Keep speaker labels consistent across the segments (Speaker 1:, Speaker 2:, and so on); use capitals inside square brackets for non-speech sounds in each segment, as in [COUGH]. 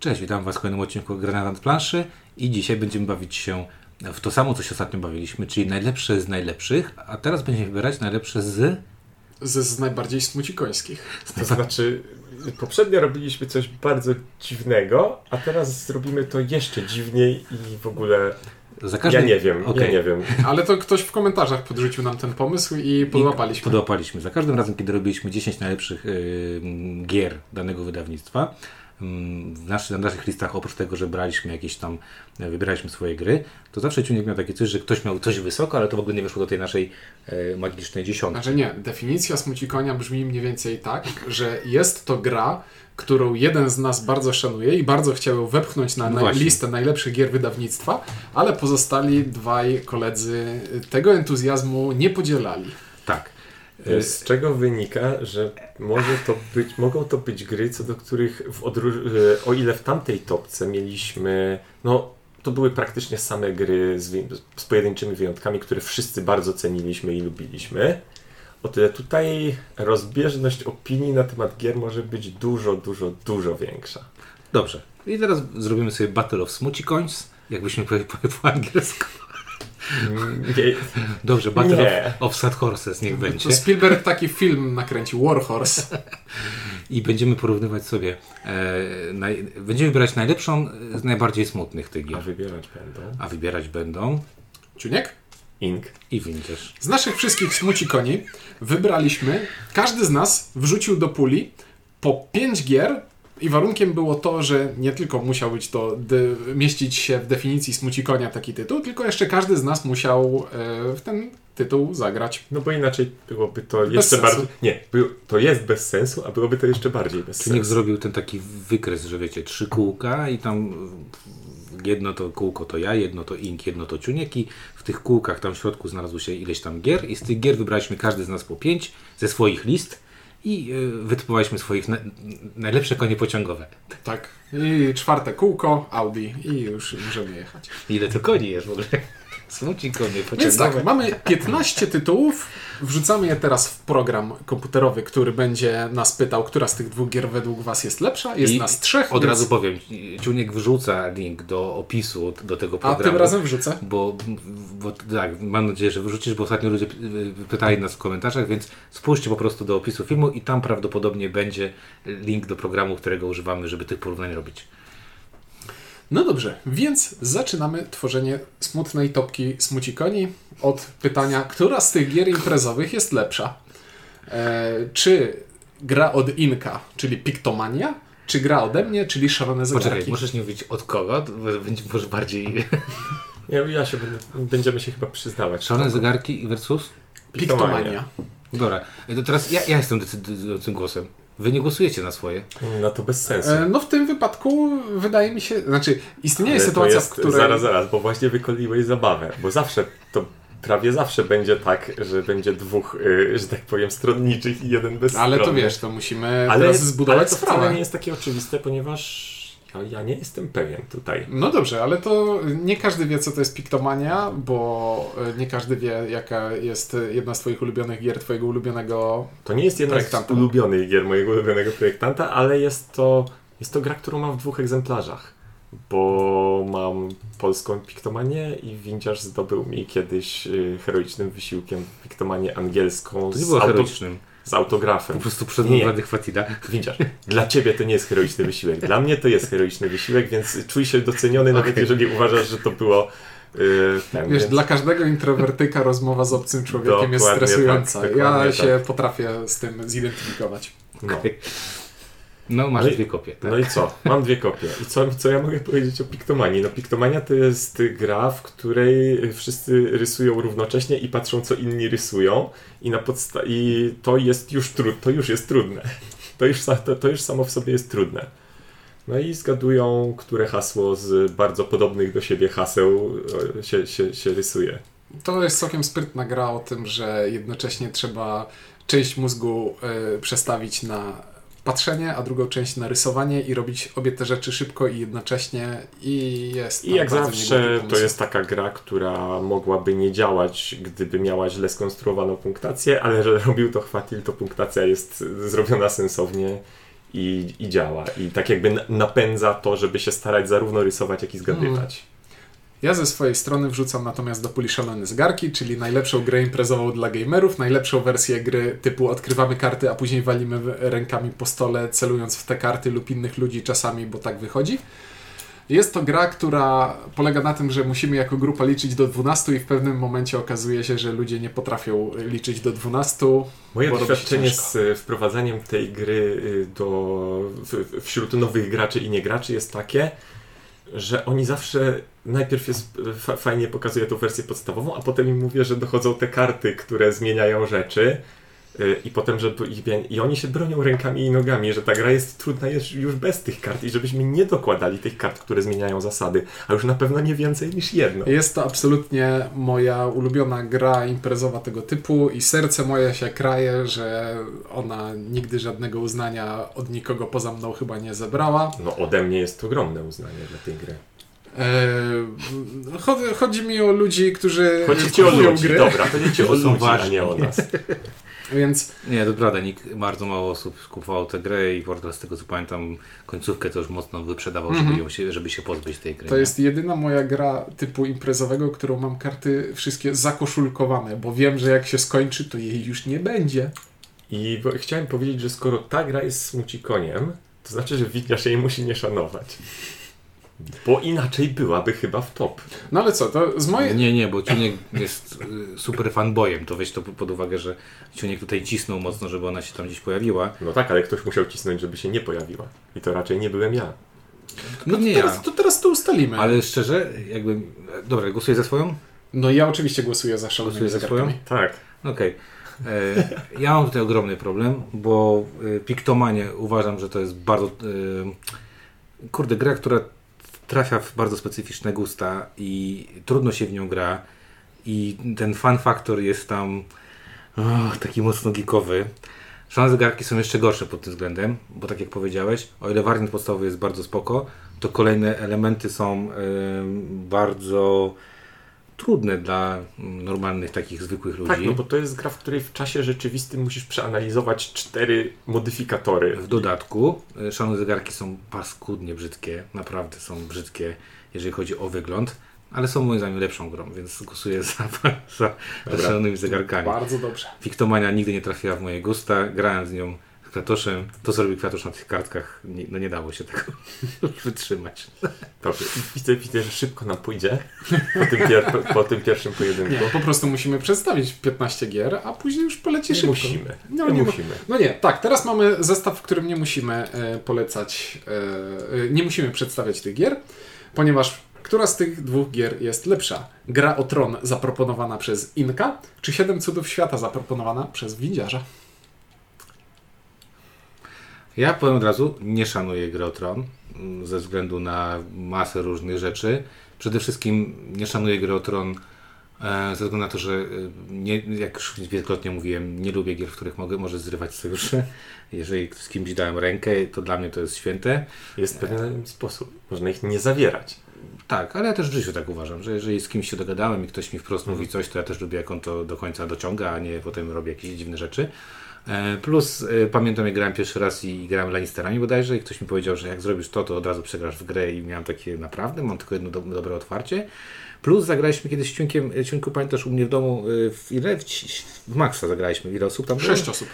Speaker 1: Cześć, witam Was w kolejnym odcinku Granat Planszy i dzisiaj będziemy bawić się w to samo, co się ostatnio bawiliśmy, czyli najlepsze z najlepszych, a teraz będziemy wybierać najlepsze z...
Speaker 2: Ze z najbardziej smucikońskich.
Speaker 3: To znaczy, poprzednio robiliśmy coś bardzo dziwnego, a teraz zrobimy to jeszcze dziwniej i w ogóle.
Speaker 1: Za
Speaker 3: Ja nie wiem,
Speaker 1: Okej.
Speaker 3: ja nie wiem.
Speaker 2: Ale to ktoś w komentarzach podrzucił nam ten pomysł i
Speaker 1: I
Speaker 2: podłapaliśmy.
Speaker 1: podłapaliśmy. Za każdym razem, kiedy robiliśmy 10 najlepszych ym, gier danego wydawnictwa, ym, w naszy, na naszych listach, oprócz tego, że braliśmy jakieś tam, e, wybieraliśmy swoje gry, to zawsze Ciunek miał takie coś, że ktoś miał coś wysoko, ale to w ogóle nie wyszło do tej naszej e, magicznej dziesiątki.
Speaker 2: Znaczy nie, definicja smucikonia brzmi mniej więcej tak, że jest to gra, którą jeden z nas bardzo szanuje i bardzo chciał ją wepchnąć na
Speaker 1: No
Speaker 2: naj-
Speaker 1: właśnie.
Speaker 2: listę najlepszych gier wydawnictwa, ale pozostali dwaj koledzy tego entuzjazmu nie podzielali.
Speaker 1: Tak.
Speaker 3: Y, Z czego wynika, że może to być, mogą to być gry, co do których w odró- y, o ile w tamtej topce mieliśmy. No, to były praktycznie same gry z, wy- z pojedynczymi wyjątkami, które wszyscy bardzo ceniliśmy i lubiliśmy. O tyle tutaj rozbieżność opinii na temat gier może być dużo, dużo, dużo większa.
Speaker 1: Dobrze. I teraz zrobimy sobie Battle of Smuci Coins, jakbyśmy powiedzieli po, po angielsku.
Speaker 3: Mm, Nie,
Speaker 1: Dobrze, Battle
Speaker 3: Nie.
Speaker 1: of, of Sad Horses niech będzie.
Speaker 2: To Spielberg taki film nakręcił, Warhorse.
Speaker 1: I będziemy porównywać sobie, e, naj, będziemy wybierać najlepszą z najbardziej smutnych tych
Speaker 3: A
Speaker 1: gier.
Speaker 3: wybierać będą
Speaker 1: A wybierać będą
Speaker 2: Ciuniek?
Speaker 3: Ink.
Speaker 1: i Vintage.
Speaker 2: Z naszych wszystkich smucikoni wybraliśmy, każdy z nas wrzucił do puli po 5 gier i warunkiem było to, że nie tylko musiał być to, de- mieścić się w definicji smucikonia taki tytuł, tylko jeszcze każdy z nas musiał e, w ten tytuł zagrać.
Speaker 3: No bo inaczej byłoby to jeszcze
Speaker 2: sensu.
Speaker 3: bardziej... Nie, by, to jest bez sensu, a byłoby to jeszcze bardziej bez
Speaker 1: Czy niech
Speaker 3: sensu.
Speaker 1: zrobił ten taki wykres, że wiecie, trzy kółka i tam jedno to kółko to ja, jedno to Ink, jedno to Ciuniek i w tych kółkach tam w środku znalazło się ileś tam gier i z tych gier wybraliśmy każdy z nas po pięć ze swoich list i y, wytypowaliśmy swoich na, najlepsze konie pociągowe.
Speaker 2: Tak. I czwarte kółko, Audi i już możemy jechać.
Speaker 1: Ile to koni jest w [LAUGHS] ogóle? Są ci konie
Speaker 2: Więc
Speaker 1: pociągowe.
Speaker 2: tak, mamy 15 tytułów. Wrzucamy je teraz w program komputerowy, który będzie nas pytał, która z tych dwóch gier według Was jest lepsza. Jest
Speaker 1: I
Speaker 2: nas trzech.
Speaker 1: Od
Speaker 2: więc-
Speaker 1: razu powiem, Ciuniek wrzuca link do opisu do tego
Speaker 2: A
Speaker 1: programu.
Speaker 2: tym razem wrzucę.
Speaker 1: Bo, bo tak, mam nadzieję, że wyrzucisz, bo ostatnio ludzie py- y, pytali nas w komentarzach, więc spójrzcie po prostu do opisu filmu i tam prawdopodobnie będzie link do programu, którego używamy, żeby tych porównań robić.
Speaker 2: No dobrze, więc zaczynamy tworzenie smutnej topki smucikoni od pytania, która z tych gier imprezowych jest lepsza? E, czy gra od Inka, czyli Piktomania, czy gra ode mnie, czyli Szalone
Speaker 1: Poczekaj,
Speaker 2: Zegarki?
Speaker 1: możesz nie mówić od kogo, to będzie może bardziej...
Speaker 3: Ja, ja się będę, będziemy się chyba przyznawać.
Speaker 1: Szalone zegarki versus?
Speaker 2: Piktomania.
Speaker 1: Dobra, to teraz ja, ja jestem decydującym głosem. Wy nie głosujecie na swoje.
Speaker 3: No to bez sensu.
Speaker 2: E, no w tym wypadku wydaje mi się, znaczy istnieje
Speaker 3: Ale to
Speaker 2: sytuacja,
Speaker 3: jest-
Speaker 2: w której...
Speaker 3: Zaraz, zaraz, bo właśnie wykoliłeś zabawę. Bo zawsze to... Prawie zawsze będzie tak, że będzie dwóch, y, że tak powiem, stronniczych i jeden bez
Speaker 2: Ale to
Speaker 3: strony.
Speaker 2: wiesz, to musimy
Speaker 3: ale,
Speaker 2: teraz zbudować
Speaker 3: ale to wcale
Speaker 2: sprawę.
Speaker 3: nie jest takie oczywiste, ponieważ ja, ja nie jestem pewien tutaj.
Speaker 2: No dobrze, ale to nie każdy wie, co to jest piktomania, bo y, nie każdy wie, jaka jest y, jedna z Twoich ulubionych gier, Twojego ulubionego.
Speaker 3: To nie jest jedna z
Speaker 2: Projektanta.
Speaker 3: ulubionych gier mojego ulubionego projektanta, ale jest to, jest to gra, którą mam w dwóch egzemplarzach. Bo mam polską piktomanię i windziarz zdobył mi kiedyś y, heroicznym wysiłkiem piktomanię angielską
Speaker 1: To nie
Speaker 3: z,
Speaker 1: było
Speaker 3: auto-
Speaker 1: heroicznym.
Speaker 3: z autografem.
Speaker 1: Po prostu przedmówany Fatida.
Speaker 3: Windziarz, dla ciebie to nie jest heroiczny wysiłek. Dla mnie to jest heroiczny wysiłek, więc czuj się doceniony, nawet jeżeli uważasz, że to było. Yy, ten,
Speaker 2: Wiesz,
Speaker 3: więc-
Speaker 2: dla każdego introwertyka rozmowa z obcym człowiekiem jest
Speaker 3: Dokładnie
Speaker 2: stresująca.
Speaker 3: tak,
Speaker 2: ja
Speaker 3: dokładnie
Speaker 2: się potrafię z tym zidentyfikować.
Speaker 3: no.
Speaker 1: No masz
Speaker 3: Ale-
Speaker 1: dwie kopie. Tak?
Speaker 3: No i co? Mam dwie kopie. I co, co ja mogę powiedzieć o Piktomanii? No Piktomania to jest gra, w której wszyscy rysują równocześnie i patrzą, co inni rysują i, na podsta- i to jest już trud, to już jest trudne. To już, sa- to, to już samo w sobie jest trudne. No i zgadują, które hasło z bardzo podobnych do siebie haseł e, się, się, się rysuje.
Speaker 2: To jest całkiem sprytna gra o tym, że jednocześnie trzeba część mózgu y, przestawić na patrzenie, a drugą część na rysowanie i robić obie te rzeczy szybko i jednocześnie i jest
Speaker 3: I
Speaker 2: tam
Speaker 3: jak
Speaker 2: bardzo niegłupi
Speaker 3: zawsze to
Speaker 2: pomysł.
Speaker 3: jest taka gra, która mogłaby nie działać, gdyby miała źle skonstruowaną punktację, ale że robił to Chwatil, to punktacja jest y, zrobiona sensownie i, i działa. I tak jakby na- napędza to, żeby się starać zarówno rysować, jak i zgadywać.
Speaker 2: Ja ze swojej strony wrzucam natomiast do puli szalone zegarki, czyli najlepszą grę imprezową dla gamerów, najlepszą wersję gry typu odkrywamy karty, a później walimy w- rękami po stole, celując w te karty lub innych ludzi czasami, bo tak wychodzi. Jest to gra, która polega na tym, że musimy jako grupa liczyć do 12 i w pewnym momencie okazuje się, że ludzie nie potrafią liczyć do 12.
Speaker 3: Moje
Speaker 2: bo robi się
Speaker 3: doświadczenie
Speaker 2: ciężko.
Speaker 3: z e, wprowadzaniem tej gry y, do, w, w- wśród nowych graczy i niegraczy jest takie, że oni zawsze najpierw jest, e, fa, fajnie pokazuje tą wersję podstawową, a potem im mówię, że dochodzą te karty, które zmieniają rzeczy. y, I potem, żeby ich, wie- I oni się bronią rękami i nogami, że ta gra jest trudna już- już bez tych kart i żebyśmy nie dokładali tych kart, które zmieniają zasady, a już na pewno nie więcej niż jedno.
Speaker 2: Jest to absolutnie moja ulubiona gra imprezowa tego typu i serce moje się kraje, że ona nigdy żadnego uznania od nikogo poza mną chyba nie zebrała.
Speaker 3: No ode mnie jest ogromne uznanie dla tej gry.
Speaker 2: Eee, E, chodzi, chodzi mi o ludzi, którzy
Speaker 3: Chodzi ci o
Speaker 2: kupują
Speaker 3: ludzi,
Speaker 2: gry,
Speaker 3: dobra, chodzi ci o
Speaker 1: To są
Speaker 3: ludzi, a
Speaker 1: ważni.
Speaker 3: nie o nas.
Speaker 2: więc
Speaker 1: Nie, to prawda, nikt, bardzo mało osób kupowało tę grę i Portal z tego co pamiętam końcówkę to już mocno wyprzedawał, żeby, ją się, żeby się pozbyć tej gry.
Speaker 2: Mhm. to
Speaker 1: nie?
Speaker 2: jest jedyna moja gra typu imprezowego, którą mam karty wszystkie zakoszulkowane, bo wiem, że jak się skończy, to jej już nie będzie.
Speaker 3: I bo- chciałem powiedzieć, że skoro ta gra jest smucikoniem, to znaczy, że widniarz jej musi nie szanować. Bo inaczej byłaby chyba w top.
Speaker 2: No ale co, to z mojej...
Speaker 1: Nie, nie, bo Ciuniek jest y, super fanbojem, to weź to pod uwagę, że Ciuniek tutaj cisnął mocno, żeby ona się tam gdzieś pojawiła.
Speaker 3: No tak, ale ktoś musiał cisnąć, żeby się nie pojawiła. I to raczej nie byłem ja.
Speaker 1: No nie
Speaker 2: Teraz,
Speaker 1: ja,
Speaker 2: to teraz to ustalimy.
Speaker 1: ale szczerze, jakby... Dobra, głosuję za swoją?
Speaker 2: No ja oczywiście głosuję za szalonymi
Speaker 1: Głosuję za
Speaker 2: zegarkami.
Speaker 1: swoją?
Speaker 3: Tak.
Speaker 1: Okej. E, Ja mam tutaj ogromny problem, bo e, Piktomanie uważam, że to jest bardzo. e, Kurde, gra, która trafia w bardzo specyficzne gusta i trudno się w nią gra. I ten fan factor jest tam och, taki mocno geekowy. Szanse zegarki są jeszcze gorsze pod tym względem, bo tak jak powiedziałeś, o ile wariant podstawowy jest bardzo spoko, to kolejne elementy są em, bardzo trudne dla mm, normalnych, takich zwykłych ludzi.
Speaker 3: Tak, no bo to jest gra, w której w czasie rzeczywistym musisz przeanalizować cztery modyfikatory.
Speaker 1: W dodatku, y, szalone zegarki są paskudnie brzydkie, naprawdę są brzydkie, jeżeli chodzi o wygląd, ale są moim zdaniem lepszą grą, więc głosuję za, [LAUGHS] za, za
Speaker 3: Dobra.
Speaker 1: szalonymi zegarkami.
Speaker 2: Bardzo dobrze.
Speaker 1: Fiktomania nigdy nie trafiła w moje gusta, grałem z nią z Kratoszem, to co robi Kratosz na tych kartkach, nie, no nie dało się tego [LAUGHS] wytrzymać.
Speaker 3: Dobrze, I widzę, widzę, że szybko nam pójdzie po tym, pier- po tym pierwszym
Speaker 2: Nie,
Speaker 3: pojedynku.
Speaker 2: po prostu musimy przedstawić 15 gier, a później już poleci
Speaker 3: Nie
Speaker 2: szybko.
Speaker 3: musimy.
Speaker 2: No,
Speaker 3: nie,
Speaker 2: nie mu-
Speaker 3: musimy.
Speaker 2: No nie, tak, teraz mamy zestaw, w którym nie musimy e, polecać, e, e, nie musimy przedstawiać tych gier, ponieważ która z tych dwóch gier jest lepsza? Gra o Tron zaproponowana przez Inka, czy Siedem Cudów Świata zaproponowana przez Windziarza?
Speaker 1: Ja powiem od razu, nie szanuję gry o tron mm, ze względu na masę różnych rzeczy. Przede wszystkim nie szanuję gry o tron e, ze względu na to, że e, nie, jak już wielokrotnie mówiłem, nie lubię gier, w których mogę może zrywać sojusze. Jeżeli z kimś dałem rękę, to dla mnie to jest święte.
Speaker 3: Jest pewien sposób. Można ich nie zawierać.
Speaker 1: Tak, ale ja też w życiu tak uważam, że jeżeli z kimś się dogadałem i ktoś mi wprost mówi coś, to ja też lubię, jak on to do końca dociąga, a nie potem robi jakieś dziwne rzeczy. E, Plus e, pamiętam, jak grałem pierwszy raz i i grałem Lannisterami bodajże i ktoś mi powiedział, że jak zrobisz to, to od razu przegrasz w grę i miałem takie naprawdę, mam tylko jedno do, dobre otwarcie. Plus zagraliśmy kiedyś z Ciunkiem, e, Ciunku pamiętasz u mnie w domu, e, w ile? W, ci- w Maxa zagraliśmy, ile osób tam było?
Speaker 2: Sześć osób.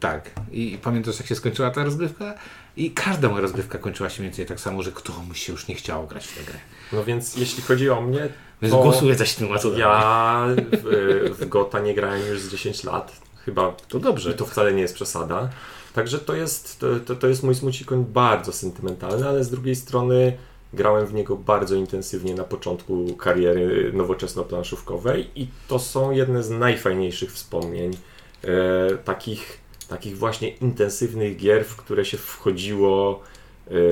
Speaker 1: Tak. I, I pamiętasz, jak się skończyła ta rozgrywka? I każda moja rozgrywka kończyła się mniej więcej tak samo, że komuś się już nie chciało grać w tę grę.
Speaker 3: No więc jeśli chodzi o mnie,
Speaker 1: Więc
Speaker 3: to
Speaker 1: głosuję za Śniła co ja...
Speaker 3: ja w, w Gota nie grałem już z 10 lat, chyba.
Speaker 1: To dobrze.
Speaker 3: I to wcale nie jest przesada. Także to jest, to, to, to jest mój smucikoń bardzo sentymentalny, ale z drugiej strony grałem w niego bardzo intensywnie na początku kariery nowoczesno-planszówkowej i to są jedne z najfajniejszych wspomnień e, takich, takich właśnie intensywnych gier, w które się wchodziło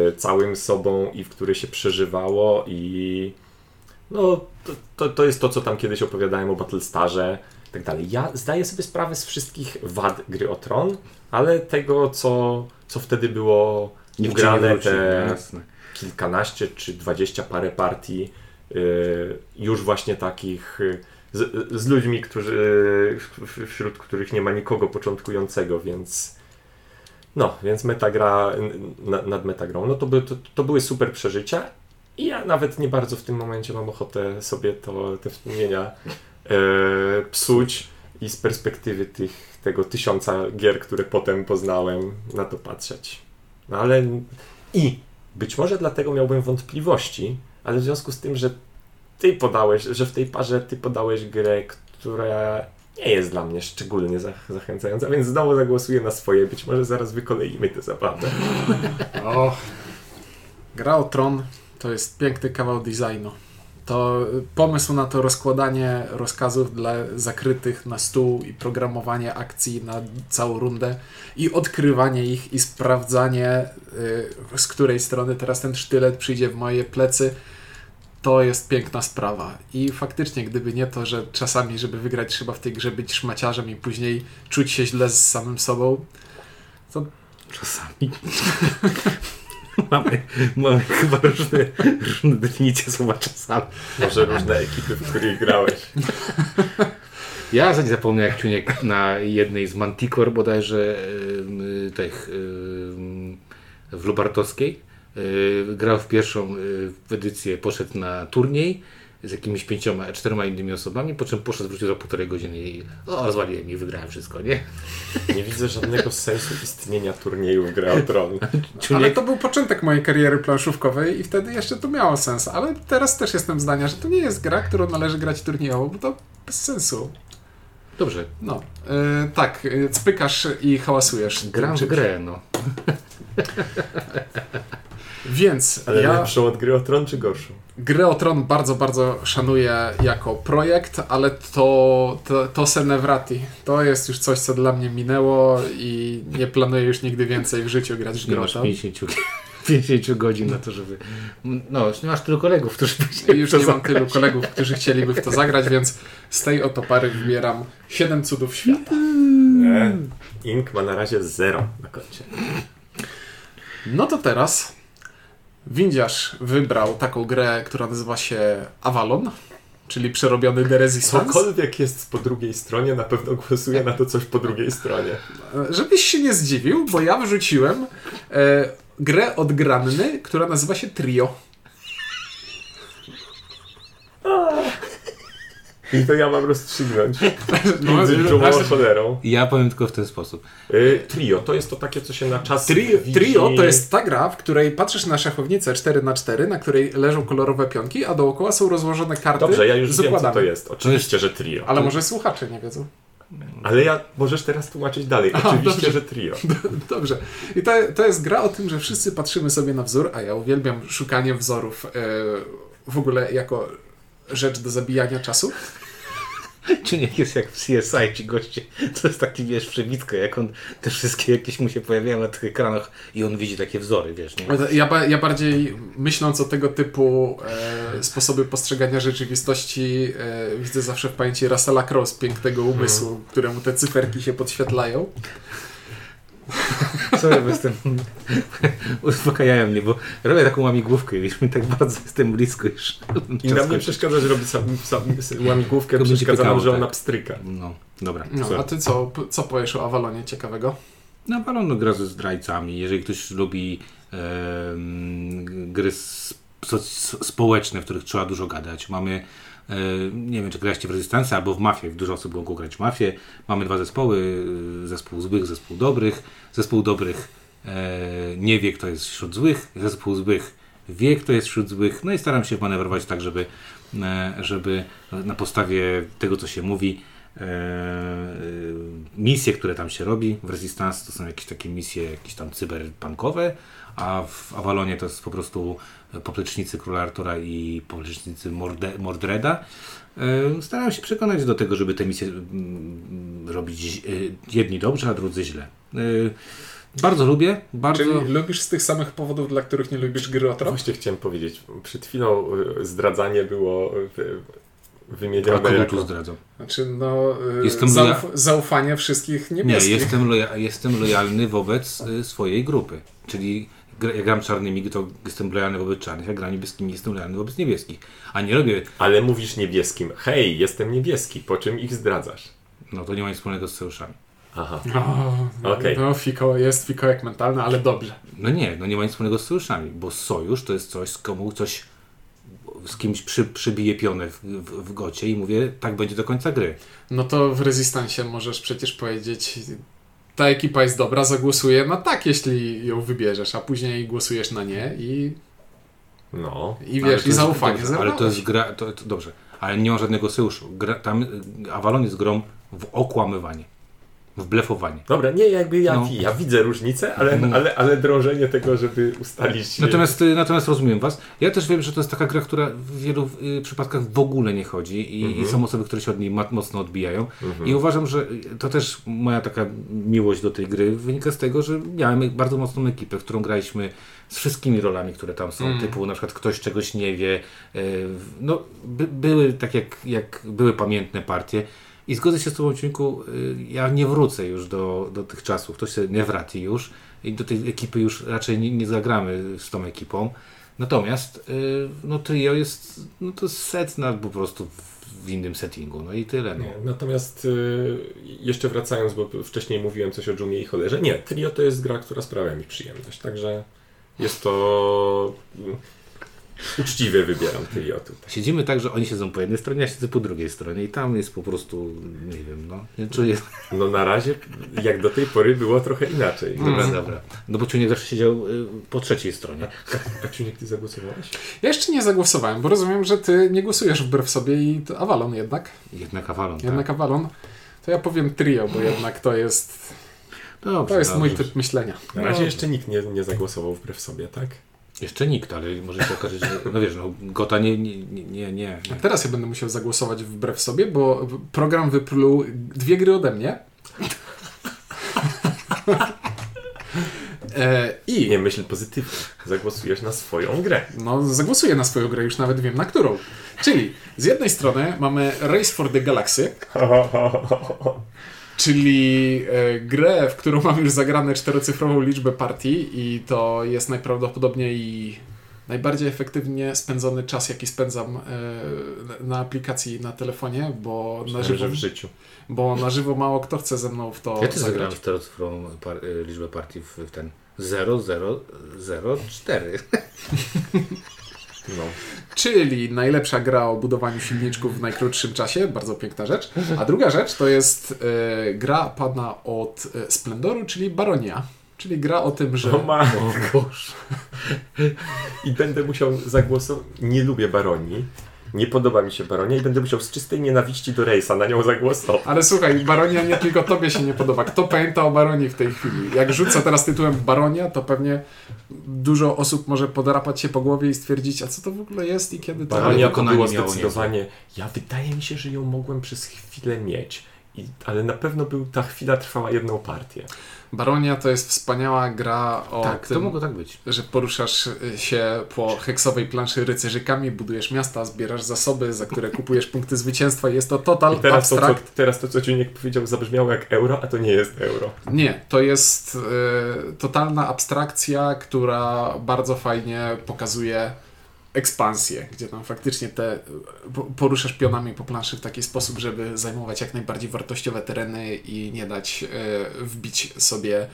Speaker 3: e, całym sobą i w które się przeżywało i no, to, to, to jest to, co tam kiedyś opowiadałem o Battlestarze i tak dalej. Ja zdaję sobie sprawę z wszystkich wad gry o tron, ale tego, co, co wtedy było
Speaker 1: Nikt ci
Speaker 3: ugrane
Speaker 1: wróci, no
Speaker 3: te
Speaker 1: jasne.
Speaker 3: kilkanaście czy dwadzieścia parę partii y, już właśnie takich y, z, z ludźmi, y, którzy, w- wśród których nie ma nikogo początkującego, więc No, więc metagra n- na, nad metagrą, no to, by, to, to były super przeżycia i ja nawet nie bardzo w tym momencie mam ochotę sobie to, te wspomnienia e, psuć i z perspektywy tych, tego tysiąca gier, które potem poznałem, na to patrzeć. No ale i być może dlatego miałbym wątpliwości, ale w związku z tym, że ty podałeś, że w tej parze ty podałeś grę, która nie jest dla mnie szczególnie zach- zachęcająca, więc znowu zagłosuję na swoje. Być może zaraz wykoleimy tę zabawę.
Speaker 2: O, gra o tron to jest piękny kawał designu. To y, pomysł na to rozkładanie rozkazów dla zakrytych na stół i programowanie akcji na całą rundę i odkrywanie ich i sprawdzanie y, z której strony teraz ten sztylet przyjdzie w moje plecy. To jest piękna sprawa. I faktycznie, gdyby nie to, że czasami, żeby wygrać, trzeba w tej grze być szmaciarzem i później czuć się źle z samym sobą,
Speaker 1: Czasami. [LAUGHS] mamy, mamy chyba różne, różne definicje słowa czasami.
Speaker 3: Może różne ekipy, w których grałeś.
Speaker 1: Ja za nie zapomnę jak Ciuniek na jednej z Manticore bodajże em, tych em, w Lubartowskiej em, grał w pierwszą em, w edycję, poszedł na turniej z jakimiś pięcioma, czterema innymi osobami, po czym poszedł, wrócił za półtorej godziny i o, rozwaliłem i wygrałem wszystko, nie?
Speaker 3: Nie widzę żadnego sensu istnienia turniejów Gra o Tron.
Speaker 2: Ale
Speaker 1: Ciuniek,
Speaker 2: to był początek mojej kariery planszówkowej i wtedy jeszcze to miało sens, ale teraz też jestem zdania, że to nie jest gra, którą należy grać turniejowo, bo to bez sensu.
Speaker 1: dobrze,
Speaker 2: No, yy, tak, yy, cpykasz i hałasujesz.
Speaker 1: gram w
Speaker 2: Czymś.
Speaker 1: grę, no.
Speaker 2: Więc
Speaker 3: Ale
Speaker 2: ja
Speaker 3: lepszą od Gry o Tron czy gorszą?
Speaker 2: grę o tron bardzo, bardzo szanuję jako projekt, ale to, to, to Senevrati, to jest już coś, co dla mnie minęło i nie planuję już nigdy więcej w życiu grać w
Speaker 1: Nie
Speaker 2: grę o
Speaker 1: masz [LAUGHS]
Speaker 2: tron.
Speaker 1: 50, 50 godzin na to, żeby... No, już nie masz tylu kolegów, którzy by się
Speaker 2: Już
Speaker 1: to
Speaker 2: nie mam
Speaker 1: zagrali.
Speaker 2: tylu kolegów, którzy chcieliby w to zagrać, więc z tej oto pary wybieram 7 cudów świata.
Speaker 3: Nie. E, Ink ma na razie zero na koncie.
Speaker 2: No to teraz Windziarz wybrał taką grę, która nazywa się Avalon, czyli przerobiony The Resistance.
Speaker 3: Cokolwiek jest po drugiej stronie, na pewno głosuje na to coś po drugiej stronie.
Speaker 2: E, Żebyś się nie zdziwił, bo ja wyrzuciłem e, grę od Granny, która nazywa się Trio.
Speaker 3: I to ja mam rozstrzygnąć.
Speaker 2: No,
Speaker 3: Między dżumą a cholerą.
Speaker 1: Ja powiem tylko w ten [LAUGHS] sposób.
Speaker 3: Y, trio to jest to takie, co się na czas.
Speaker 2: Trio,
Speaker 3: widzi-
Speaker 2: trio to jest ta gra, w której patrzysz na szachownicę 4x4, na której leżą kolorowe pionki, a dookoła są rozłożone karty
Speaker 3: Dobrze, ja już
Speaker 2: z
Speaker 3: wiem, co
Speaker 2: układami.
Speaker 3: to jest. Oczywiście, że trio.
Speaker 2: Ale może słuchacze nie wiedzą. [LAUGHS]
Speaker 3: Ale ja możesz teraz tłumaczyć dalej. Oczywiście,
Speaker 2: dobrze.
Speaker 3: że trio.
Speaker 2: Dobrze. I to, to jest gra o tym, że wszyscy patrzymy sobie na wzór, a ja uwielbiam szukanie wzorów e, w ogóle jako rzecz do zabijania czasu.
Speaker 1: Ciuniek jest jak w CSI, ci goście. To jest taki, wiesz, przebitko, jak on te wszystkie jakieś mu się pojawiają na tych ekranach i on widzi takie wzory, wiesz, nie?
Speaker 2: Ja, ba- ja bardziej myśląc o tego typu e, sposoby postrzegania rzeczywistości, e, widzę zawsze w pamięci Russella Crowe z pięknego umysłu, któremu te cyferki się podświetlają.
Speaker 1: Sorry, bo jestem... [LAUGHS] Uspokajają mnie, bo robię taką łamigłówkę, wiesz, mi [LAUGHS] tak bardzo jestem blisko już.
Speaker 3: I na mnie przeszkadza, że robi sam, sam, sam łamigłówkę,
Speaker 1: To będzie
Speaker 3: przeszkadza nam,
Speaker 1: pykało,
Speaker 3: że ona
Speaker 1: tak.
Speaker 3: pstryka.
Speaker 1: No, dobra.
Speaker 2: No,
Speaker 1: Sorry.
Speaker 2: a ty co, p- co powiesz o Avalonie ciekawego?
Speaker 1: Na balonu gra ze zdrajcami. Jeżeli ktoś lubi em, gry s- soc- społeczne, w których trzeba dużo gadać, mamy e, nie wiem, czy graliście w Resistance albo w Mafię. Dużo osób mogło grać w Mafię. Mamy dwa zespoły. e, Zespół złych, zespół dobrych. Zespół dobrych e, nie wie, kto jest wśród złych. Zespół złych wie, kto jest wśród złych. No i staram się manewrować tak, żeby, e, żeby na podstawie tego, co się mówi, e, e, misje, które tam się robi w Resistance, to są jakieś takie misje jakieś tam cyberpunkowe, a w Avalonie to jest po prostu poplecznicy Króla Artura i poplecznicy Morde, Mordreda. E, Starałem się przekonać do tego, żeby te misje mm, robić ź- e, jedni dobrze, a drudzy źle. E, Bardzo lubię, bardzo...
Speaker 2: Czyli lubisz z tych samych powodów, dla których nie lubisz gry o tron?
Speaker 3: Właśnie chciałem powiedzieć, przed chwilą y, zdradzanie było y,
Speaker 1: A
Speaker 3: wymienione
Speaker 1: kogo tu
Speaker 3: jako...
Speaker 1: zdradzą?
Speaker 2: Znaczy, no, y,
Speaker 1: Jestem
Speaker 2: zauf-
Speaker 1: ja-
Speaker 2: zaufanie wszystkich
Speaker 1: Nie,
Speaker 2: niebieskich.
Speaker 1: jestem, loja- jestem lojalny wobec y, swojej grupy. Czyli gra- jak gram czarnymi, to jestem lojalny wobec czarnych, jak gram niebieskimi, jestem lojalny wobec niebieskich. A nie robię,
Speaker 3: Ale mówisz niebieskim. Hej, jestem niebieski, po czym ich zdradzasz.
Speaker 1: no to nie ma nic wspólnego z sojuszami.
Speaker 3: Aha.
Speaker 2: O,
Speaker 3: Okej.
Speaker 2: No, fiko, jest fikołek mentalny, ale dobrze.
Speaker 1: No nie, no nie ma nic wspólnego z sojuszami, bo sojusz to jest coś, z komu coś z kimś przy, przybije pionę w, w, w gocie i mówię, tak będzie do końca gry.
Speaker 2: No to w rezystansie możesz przecież powiedzieć, ta ekipa jest dobra, zagłosuję na tak, jeśli ją wybierzesz, a później głosujesz na nie i,
Speaker 3: No.
Speaker 2: i
Speaker 1: Ale
Speaker 2: wiesz,
Speaker 1: to
Speaker 2: i
Speaker 1: jest-
Speaker 2: zaufanie
Speaker 1: dobrze, Ale to
Speaker 2: zerwałeś.
Speaker 1: jest gra, to, to dobrze, ale nie ma żadnego sojuszu. Gra, tam y, Avalon jest grą w okłamywanie, w blefowanie.
Speaker 3: Dobra, nie, jakby ja,
Speaker 1: No.
Speaker 3: ja widzę różnicę, ale,
Speaker 1: No.
Speaker 3: ale, ale drążenie tego, żeby ustalić. e,
Speaker 1: Natomiast, y, natomiast rozumiem Was. Ja też wiem, że to jest taka gra, która w wielu y, przypadkach w ogóle nie chodzi i, i są osoby, które się od niej ma- mocno odbijają. I uważam, że y, to też moja taka miłość do tej gry wynika z tego, że miałem bardzo mocną ekipę, w którą graliśmy z wszystkimi rolami, które tam są, typu na przykład ktoś czegoś nie wie. y, No, by, były tak jak, jak były pamiętne partie. I zgodzę się z Tobą, Ciuńku, y, ja nie wrócę już do, do tych czasów, to się nie wraci już i do tej ekipy już raczej nie, nie zagramy z tą ekipą. Natomiast y, no trio jest, no to jest setna po prostu w- w innym settingu, no i tyle. No.
Speaker 3: Nie, Natomiast y, jeszcze wracając, bo wcześniej mówiłem coś o dżumie i cholerze. Nie, Trio to jest gra, która sprawia mi przyjemność, także jest to. mm, Uczciwie wybieram Trio tutaj.
Speaker 1: Siedzimy tak, że oni siedzą po jednej stronie, ja siedzę po drugiej stronie i tam jest po prostu, nie wiem, no, nie czuję,
Speaker 3: No na razie, jak do tej pory, było trochę inaczej.
Speaker 2: Mm.
Speaker 1: [LAUGHS] dobra, dobra. No bo Ciuniek zawsze siedział y, po trzeciej stronie.
Speaker 3: A Ciuniek, ty zagłosowałeś?
Speaker 2: Ja jeszcze nie zagłosowałem, bo rozumiem, że ty nie głosujesz wbrew sobie i to Avalon jednak.
Speaker 1: Jednak Avalon,
Speaker 2: Jednak
Speaker 1: tak.
Speaker 2: Avalon. To ja powiem trio, bo jednak to jest,
Speaker 1: Dobrze,
Speaker 2: to jest mój
Speaker 1: dobrze.
Speaker 2: typ myślenia.
Speaker 3: Na razie jeszcze nikt nie, nie zagłosował wbrew sobie, tak?
Speaker 1: Jeszcze nikt, ale może się okazać, że, no wiesz, no Gota nie, nie, nie, nie, nie.
Speaker 2: A teraz ja będę musiał zagłosować wbrew sobie, bo program wypluł dwie gry ode mnie. e, I
Speaker 3: Nie myśl pozytywnie. Zagłosujesz na swoją grę.
Speaker 2: no, zagłosuję na swoją grę, już nawet wiem na którą. Czyli z jednej strony mamy Race for the Galaxy, czyli e, grę, w którą mam już zagrane czterocyfrową liczbę partii i to jest najprawdopodobniej najbardziej efektywnie spędzony czas, jaki spędzam e, na- na aplikacji na telefonie, bo na żywo,
Speaker 3: Że w życiu.
Speaker 2: bo na żywo mało kto chce ze mną w to
Speaker 1: Ja też zagrałem
Speaker 2: zagrać.
Speaker 1: w czterocyfrową par- y, liczbę partii w, w ten 0004.
Speaker 3: No.
Speaker 2: Czyli najlepsza gra o budowaniu silniczków w najkrótszym czasie, bardzo piękna rzecz. A druga rzecz to jest e, gra pana od e, Splendoru, czyli Baronia. Czyli gra o tym, że...
Speaker 3: O matko. no I będę musiał zagłosować. Nie lubię Baroni. Nie podoba mi się Baronia i będę musiał z czystej nienawiści do Rejsa na nią zagłosować.
Speaker 2: Ale słuchaj, Baronia nie tylko tobie się nie podoba. Kto pamięta o Baronii w tej chwili? Jak rzucę teraz tytułem Baronia, to pewnie dużo osób może podrapać się po głowie i stwierdzić, a co to w ogóle jest i kiedy to...
Speaker 1: Baronia
Speaker 3: Baronia to
Speaker 1: wykonanie
Speaker 3: było
Speaker 1: miało
Speaker 3: zdecydowanie. Ja wydaje mi się, że ją mogłem przez chwilę mieć. I, ale na pewno był, ta chwila trwała jedną partię.
Speaker 2: Baronia to jest wspaniała gra o
Speaker 1: Tak,
Speaker 2: tym...
Speaker 1: to mogło tak być.
Speaker 2: że poruszasz y, się po heksowej planszy rycerzykami, budujesz miasta, zbierasz zasoby, za które kupujesz punkty zwycięstwa. Jest to total
Speaker 3: I teraz to, co,
Speaker 2: abstrakt.
Speaker 3: teraz to, co Ciuniek powiedział, zabrzmiało jak euro, a to nie jest euro.
Speaker 2: Nie, to jest y, totalna abstrakcja, która bardzo fajnie pokazuje ekspansję, gdzie tam faktycznie te y, po- poruszasz pionami po planszy w taki sposób, żeby zajmować jak najbardziej wartościowe tereny i nie dać y, wbić sobie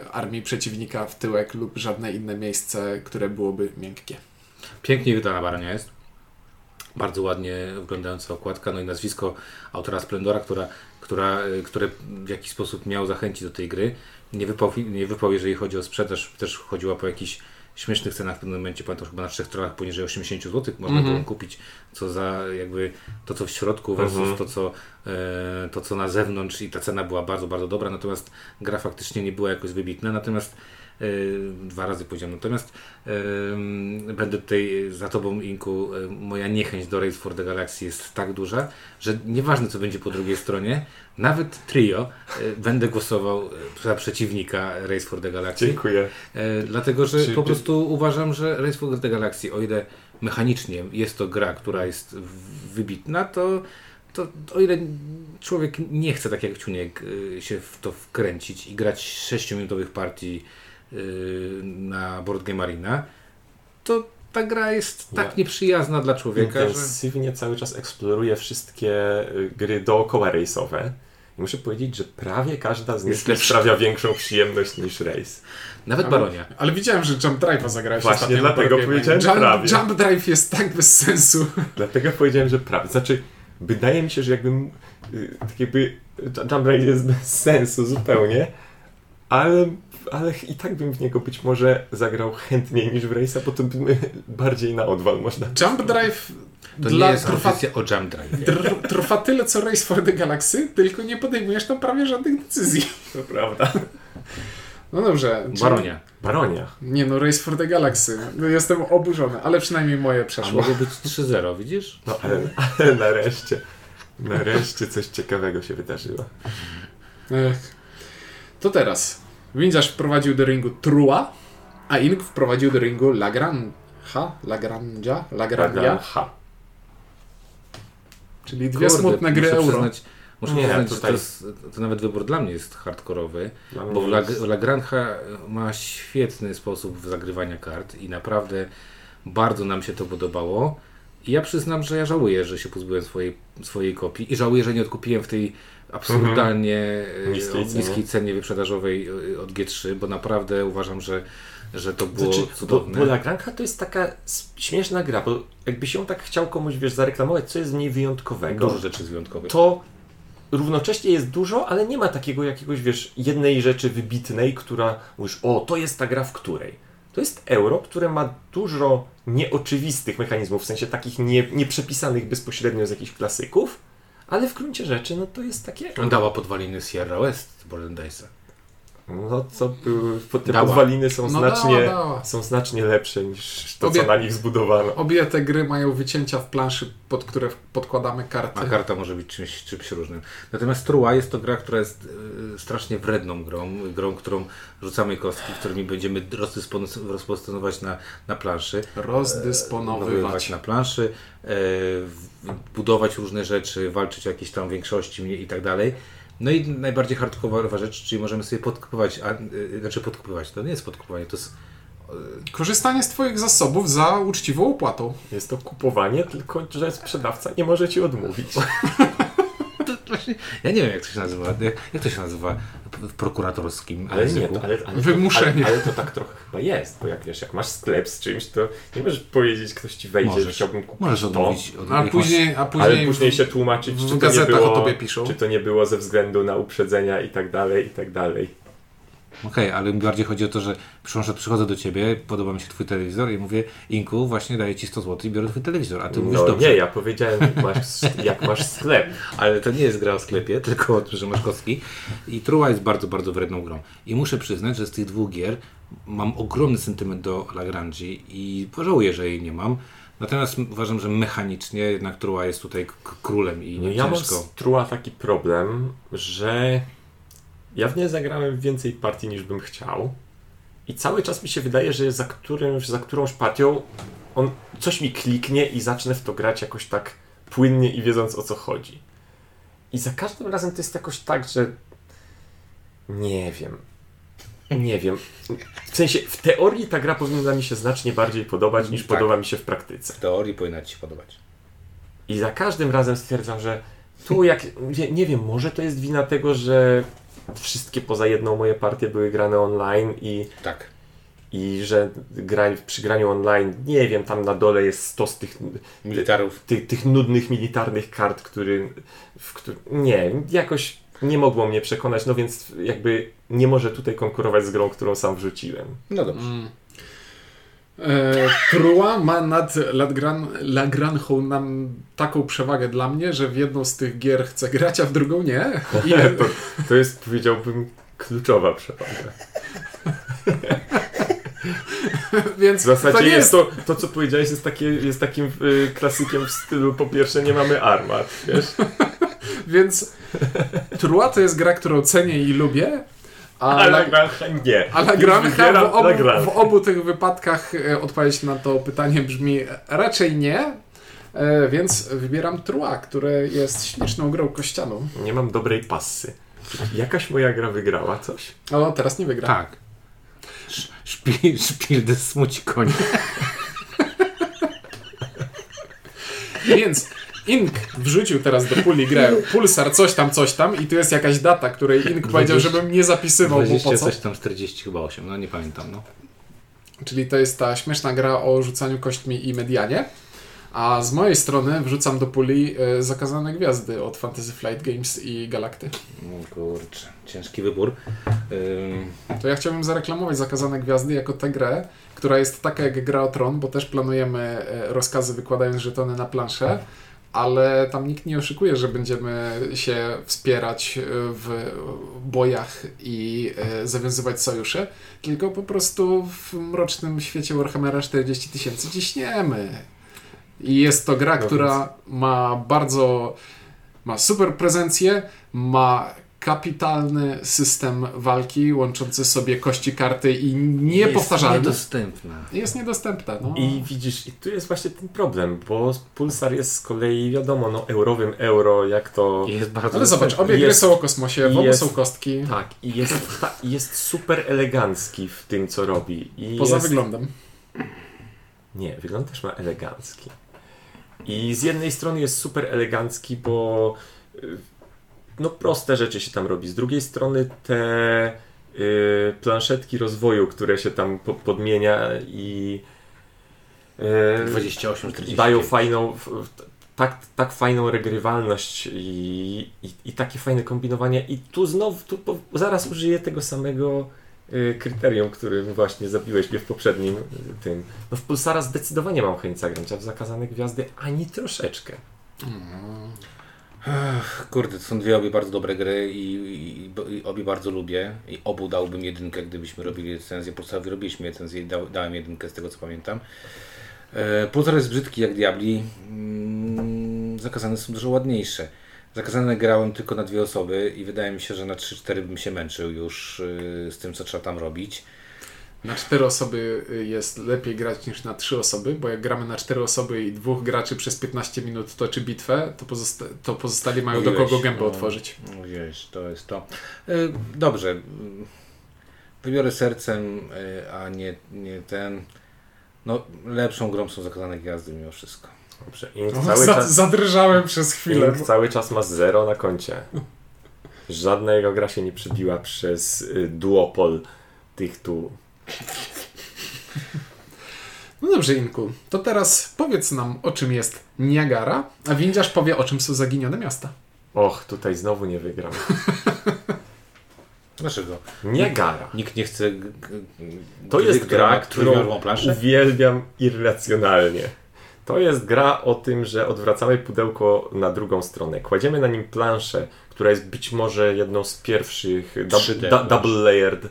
Speaker 2: y, armii przeciwnika w tyłek lub żadne inne miejsce, które byłoby miękkie.
Speaker 1: Pięknie wydana baronia jest. Bardzo ładnie wyglądająca okładka, no i nazwisko autora Splendora, która, która, y, które w jakiś sposób miał zachęcić do tej gry. Nie wypał, nie wypał jeżeli chodzi o sprzedaż, też chodziła po jakichś śmiesznych cenach w pewnym momencie, pamiętam chyba na trzech tronach poniżej 80 zł można było kupić, co za jakby to co w środku versus to, co, e, to co na zewnątrz i ta cena była bardzo, bardzo dobra, natomiast gra faktycznie nie była jakoś wybitna, natomiast e, dwa razy powiedziałem, natomiast Ym, Będę tutaj za tobą, Inku. Ym, Moja niechęć do Race for the Galaxy jest tak duża, że nieważne co będzie po drugiej stronie, nawet trio, y, będę głosował y, za przeciwnika Race for the Galaxy.
Speaker 3: Dziękuję.
Speaker 1: E, Dlatego, że
Speaker 3: Czy-
Speaker 1: po
Speaker 3: czy-
Speaker 1: prostu uważam, że Race for the Galaxy, o ile mechanicznie jest to gra, która jest w- wybitna, to, to o ile człowiek nie chce, tak jak Ciuniek, y, się w to wkręcić i grać 6-minutowych partii y, na Board Game Arena, to ta gra jest tak
Speaker 3: Ja-
Speaker 1: nieprzyjazna dla człowieka, że...
Speaker 3: Intensywnie cały czas eksploruję wszystkie y, gry dookoła rejsowe I muszę powiedzieć, że prawie każda z nich
Speaker 1: Jest lepsza.
Speaker 3: sprawia większą przyjemność niż Race.
Speaker 1: Nawet Baronia.
Speaker 2: Ale widziałem, że Jump Drive'a zagrałeś
Speaker 3: Właśnie
Speaker 2: ostatnio
Speaker 3: dlatego
Speaker 2: dopiero
Speaker 3: powiedziałem
Speaker 2: Jump,
Speaker 3: prawie.
Speaker 2: Jump Drive jest tak bez sensu.
Speaker 3: Dlatego powiedziałem, że prawie. Znaczy, wydaje mi się, że jakbym. y, Tak jakby. Jump Raid jest bez sensu zupełnie, ale, ale i tak bym w niego być może zagrał chętniej niż w Race'a, bo to bym bardziej na odwal można.
Speaker 2: Jump Drive
Speaker 1: To
Speaker 2: dla
Speaker 1: nie jest
Speaker 2: trwa,
Speaker 1: audycja o Jump Drive.
Speaker 2: tr, trwa tyle co Race for the Galaxy, tylko nie podejmujesz tam prawie żadnych decyzji.
Speaker 3: To prawda.
Speaker 2: No dobrze. czy-
Speaker 1: Baronia.
Speaker 3: Baronia.
Speaker 2: Nie no, Race for the Galaxy. No, jestem oburzony, ale przynajmniej moje
Speaker 1: A
Speaker 2: przeszło.
Speaker 1: mogło być 3-0, widzisz?
Speaker 3: No ale, ale nareszcie. Nareszcie coś ciekawego się wydarzyło.
Speaker 2: Ech. To teraz. Windziarz wprowadził do ringu Trua, a Ink wprowadził do ringu Lagranha, Lagrangia, Lagrangia,
Speaker 3: Ha.
Speaker 2: czyli dwie smutne gry
Speaker 1: muszę
Speaker 2: euro.
Speaker 1: Przyznać, muszę
Speaker 3: Nie,
Speaker 1: przyznać, że
Speaker 3: tutaj-
Speaker 1: to, jest, to nawet wybór dla mnie jest hardkorowy,
Speaker 3: Dla
Speaker 1: bo
Speaker 3: mnie
Speaker 1: La,
Speaker 3: jest-
Speaker 1: La ma świetny sposób zagrywania kart i naprawdę bardzo nam się to podobało. I ja przyznam, że ja żałuję, że się pozbyłem swojej, swojej kopii i żałuję, że nie odkupiłem w tej absurdalnie e,
Speaker 3: Mhm. Niskiej cenie.
Speaker 1: niskiej cenie wyprzedażowej e, od G3, bo naprawdę uważam, że, że to było
Speaker 3: Znaczy, bo,
Speaker 1: cudowne.
Speaker 3: bo lagranka to jest taka s- śmieszna gra, bo jakbyś ją tak chciał komuś, wiesz, zareklamować, co jest w niej wyjątkowego.
Speaker 1: Dużo rzeczy jest wyjątkowych.
Speaker 3: to równocześnie jest dużo, ale nie ma takiego jakiegoś, wiesz, jednej rzeczy wybitnej, która mówisz, o, to jest ta gra w której. To jest euro, które ma dużo nieoczywistych mechanizmów, w sensie takich nie, nieprzepisanych bezpośrednio z jakichś klasyków, ale w gruncie rzeczy, no to jest takie...
Speaker 1: Dała podwaliny Sierra West Bordendaisa.
Speaker 3: No co, były- po- te
Speaker 1: Dała.
Speaker 3: podwaliny są
Speaker 2: No dała,
Speaker 3: znacznie,
Speaker 2: dała.
Speaker 3: są znacznie lepsze niż to,
Speaker 2: Obie-
Speaker 3: co na nich zbudowano.
Speaker 2: Obie te gry mają wycięcia w planszy, pod które podkładamy karty.
Speaker 1: A karta może być czymś, czymś różnym. Natomiast Trua jest to gra, która jest y, strasznie wredną grą, grą, którą rzucamy kostki, którymi będziemy rozdyspono- rozpozycjonować na, na planszy.
Speaker 2: Rozdysponowywać.
Speaker 3: no
Speaker 1: Nowywać na planszy, e, w- budować różne rzeczy, walczyć o jakieś tam większości mniej i tak dalej. No i najbardziej hardkorowa rzecz, czyli możemy sobie podkupywać, a, y, znaczy podkupywać, to nie jest podkupywanie, to jest [LAUGHS]
Speaker 2: Korzystanie z Twoich zasobów za uczciwą opłatą.
Speaker 3: Jest to kupowanie, tylko że sprzedawca nie może ci odmówić.
Speaker 1: to właśnie, ja nie wiem jak to się nazywa, jak, jak to się nazywa w prokuratorskim
Speaker 3: Ale nie,
Speaker 1: języku?
Speaker 3: to, ale, ale,
Speaker 2: Wymuszenie.
Speaker 3: To, ale, ale to tak trochę chyba jest, bo jak wiesz, jak masz sklep z czymś, to nie możesz powiedzieć, ktoś ci wejdzie, że
Speaker 1: Możesz.
Speaker 3: chciałbym kupić
Speaker 1: Możesz
Speaker 3: to,
Speaker 1: odmówić. od-
Speaker 2: A
Speaker 1: jak
Speaker 2: później, a
Speaker 3: ale
Speaker 2: później,
Speaker 3: później, się tłumaczyć,
Speaker 2: w
Speaker 3: czy to, nie
Speaker 2: gazetach
Speaker 3: było,
Speaker 2: o tobie piszą.
Speaker 3: czy to nie było ze względu na uprzedzenia i tak dalej, i tak dalej.
Speaker 1: Okej, ale mi bardziej chodzi o to, że przychodzę, przychodzę do ciebie, podoba mi się twój telewizor i mówię, Inku, właśnie daję ci 100 zł i biorę twój telewizor, a ty mówisz
Speaker 3: No
Speaker 1: dobrze.
Speaker 3: nie, ja powiedziałem, jak masz, jak masz sklep.
Speaker 1: Ale to nie jest gra o sklepie, [LAUGHS] tylko o tym, że masz kostki. I Trua jest bardzo, bardzo wredną grą. I muszę przyznać, że z tych dwóch gier mam ogromny sentyment do Lagrangi i pożałuję, że jej nie mam. Natomiast uważam, że mechanicznie jednak Trua jest tutaj k- królem i
Speaker 3: No
Speaker 1: nie
Speaker 3: ja mam
Speaker 1: ciężko.
Speaker 3: z Trua taki problem, że ja w nie zagrałem więcej partii niż bym chciał i cały czas mi się wydaje, że za, którym, za którąś partią on coś mi kliknie i zacznę w to grać jakoś tak płynnie i wiedząc o co chodzi. I za każdym razem to jest jakoś tak, że nie wiem. Nie wiem. W sensie, w teorii ta gra powinna mi się znacznie bardziej podobać niż
Speaker 1: Tak.
Speaker 3: podoba mi się w praktyce.
Speaker 1: W teorii powinna ci się podobać.
Speaker 3: I za każdym razem stwierdzam, że tu jak. Nie, nie wiem, może to jest wina tego, że wszystkie poza jedną moje partie były grane online i,
Speaker 1: Tak.
Speaker 3: i że gra, przy graniu online, nie wiem, tam na dole jest stos tych,
Speaker 1: Militarów.
Speaker 3: tych, tych nudnych militarnych kart, który, w któr- Nie, jakoś nie mogło mnie przekonać, no więc jakby nie może tutaj konkurować z grą, którą sam wrzuciłem.
Speaker 1: No dobrze.
Speaker 2: E, Trua ma nad Lagran, Lagranchą nam taką przewagę dla mnie, że w jedną z tych gier chcę grać, a w drugą nie.
Speaker 3: [LAUGHS]
Speaker 2: I
Speaker 3: To, to jest, powiedziałbym, kluczowa przewaga.
Speaker 2: Więc
Speaker 3: W zasadzie
Speaker 2: to nie
Speaker 3: jest,
Speaker 2: jest
Speaker 3: to, to, co powiedziałeś, jest, takie, jest takim y, klasykiem w stylu po pierwsze nie mamy armat, wiesz?
Speaker 2: Więc Trua to jest gra, którą cenię i lubię, a,
Speaker 3: [LAUGHS] Ale
Speaker 2: La,
Speaker 3: Lagrange nie.
Speaker 2: a La
Speaker 3: I
Speaker 2: Granja
Speaker 3: wybiera
Speaker 2: w obu,
Speaker 3: Lagrange.
Speaker 2: w obu tych wypadkach e, odpowiedź na to pytanie brzmi raczej nie, e, więc wybieram Trua, które jest śliczną grą kościaną.
Speaker 3: Nie mam dobrej passy. Czy Jakaś moja gra wygrała coś?
Speaker 2: O, teraz nie wygra.
Speaker 1: Tak. Sz- [LAUGHS] Szpil, szpil de smuci konie.
Speaker 2: Więc Ink wrzucił teraz do puli grę Pulsar coś tam, coś tam i tu jest jakaś data, której Ink powiedział, żebym nie zapisywał, bo po
Speaker 1: 20
Speaker 2: co?
Speaker 1: coś tam, 40 chyba 8, no nie pamiętam. No.
Speaker 2: Czyli to jest ta śmieszna gra o rzucaniu kośćmi i medianie. A z mojej strony wrzucam do puli e, zakazane gwiazdy od Fantasy Flight Games i Galakty.
Speaker 1: No Kurczę, ciężki wybór. Ym,
Speaker 2: To ja chciałbym zareklamować Zakazane Gwiazdy jako tę grę, która jest taka jak gra o tron, bo też planujemy e, rozkazy wykładając żetony na planszę, ale tam nikt nie oszukuje, że będziemy się wspierać e, w bojach i e, zawiązywać sojusze, tylko po prostu w mrocznym świecie Warhammera 40 tysięcy ciśniemy. I jest to gra,
Speaker 3: No
Speaker 2: która ma bardzo ma super prezencję, ma kapitalny system walki łączący sobie kości karty i
Speaker 1: Jest
Speaker 2: niepowtarzalny.
Speaker 1: niedostępna.
Speaker 2: Jest niedostępna. No.
Speaker 3: I widzisz, i tu jest właśnie ten problem, bo Pulsar jest z kolei, wiadomo, no eurowym euro, jak to...
Speaker 1: Jest bardzo
Speaker 2: Ale zobacz, obie gry
Speaker 3: jest-
Speaker 2: są o kosmosie, w obu
Speaker 3: jest-
Speaker 2: są kostki,
Speaker 3: Tak, i jest, ta, i jest super elegancki w tym, co robi. I
Speaker 2: poza
Speaker 3: jest,
Speaker 2: wyglądem.
Speaker 3: Nie, wygląd też ma elegancki. I z jednej strony jest super elegancki, bo y, no proste rzeczy się tam robi. Z drugiej strony te y, planszetki rozwoju, które się tam po, podmienia i y,
Speaker 1: 28, 40.
Speaker 3: dają fajną, f- f- tak, tak fajną regrywalność i, i, i takie fajne kombinowanie. I tu znowu, tu po, zaraz użyję tego samego y, kryterium, którym właśnie zabiłeś mnie w poprzednim y, tym. No w Pulsara zdecydowanie mam chęć zagrać, a w Zakazane Gwiazdy ani troszeczkę.
Speaker 1: Ach, Kurde, to są dwie obie bardzo dobre gry i, i, i obie bardzo lubię. I obu dałbym jedynkę, gdybyśmy robili recenzję. Pulsarowi robiliśmy recenzję i dał, dałem jedynkę z tego co pamiętam. E, Pulsar jest brzydki jak diabli. Mm, zakazane są dużo ładniejsze. Zakazane grałem tylko na dwie osoby i wydaje mi się, że na 3-4 bym się męczył już y, z tym, co trzeba tam robić.
Speaker 2: Na cztery osoby y, jest lepiej grać niż na trzy osoby, bo jak gramy na cztery osoby i dwóch graczy przez 15 minut toczy bitwę, to, pozosta- to pozostali mają do
Speaker 1: Mówiłeś,
Speaker 2: kogo gębę
Speaker 1: no.
Speaker 2: otworzyć.
Speaker 1: Wiesz, to jest to. Y, Dobrze. y, Wybiorę sercem, y, a nie, nie ten. No, lepszą grą są zakazane gwiazdy mimo wszystko.
Speaker 3: Dobrze, Ink
Speaker 2: O,
Speaker 3: cały,
Speaker 2: No, za-
Speaker 3: czas,
Speaker 2: Zadrżałem przez chwilę.
Speaker 3: Ink cały czas ma zero na koncie. Żadna jego gra się nie przebiła przez y, duopol tych tu.
Speaker 2: No dobrze, Inku, to teraz powiedz nam, o czym jest Niagara, a windziarz powie, o czym są zaginione miasta.
Speaker 3: Och, tutaj znowu nie wygram.
Speaker 1: Dlaczego?
Speaker 3: Nie gara.
Speaker 1: Nikt nie chce. g- g-
Speaker 3: To
Speaker 1: gry,
Speaker 3: jest
Speaker 1: która
Speaker 3: gra,
Speaker 1: ma trójwymiarową
Speaker 3: którą
Speaker 1: planszę?
Speaker 3: uwielbiam irracjonalnie. To jest gra o tym, że odwracamy pudełko na drugą stronę. Kładziemy na nim planszę, która jest być może jedną z pierwszych dub,
Speaker 1: 3D
Speaker 3: da, double layered y,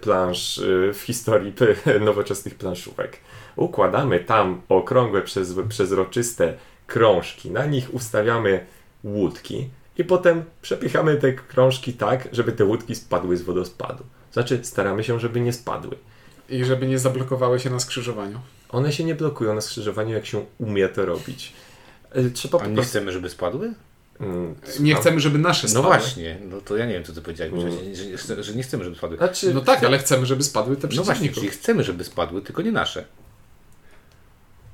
Speaker 3: plansz y, w historii [LAUGHS] p- nowoczesnych planszówek. Układamy tam okrągłe, przez, przezroczyste krążki. Na nich ustawiamy łódki i potem przepychamy te krążki tak, żeby te łódki spadły z wodospadu. Znaczy, staramy się, żeby nie spadły.
Speaker 2: I żeby nie zablokowały się na skrzyżowaniu.
Speaker 3: One się nie blokują na skrzyżowaniu, jak się umie to robić. Y, Trzeba
Speaker 1: A
Speaker 3: po
Speaker 1: nie
Speaker 3: prostu.
Speaker 1: chcemy, żeby spadły?
Speaker 3: Mm,
Speaker 2: Nie
Speaker 3: słucham.
Speaker 2: chcemy, żeby nasze
Speaker 1: No
Speaker 2: spadły.
Speaker 1: właśnie, no to ja nie wiem, co ty powiedziałeś, że, że, chce- że nie chcemy, żeby spadły.
Speaker 3: Znaczy,
Speaker 2: No tak, ale chcemy, żeby spadły te
Speaker 1: No właśnie,
Speaker 2: przeciwników.
Speaker 1: czyli chcemy, żeby spadły, tylko nie nasze.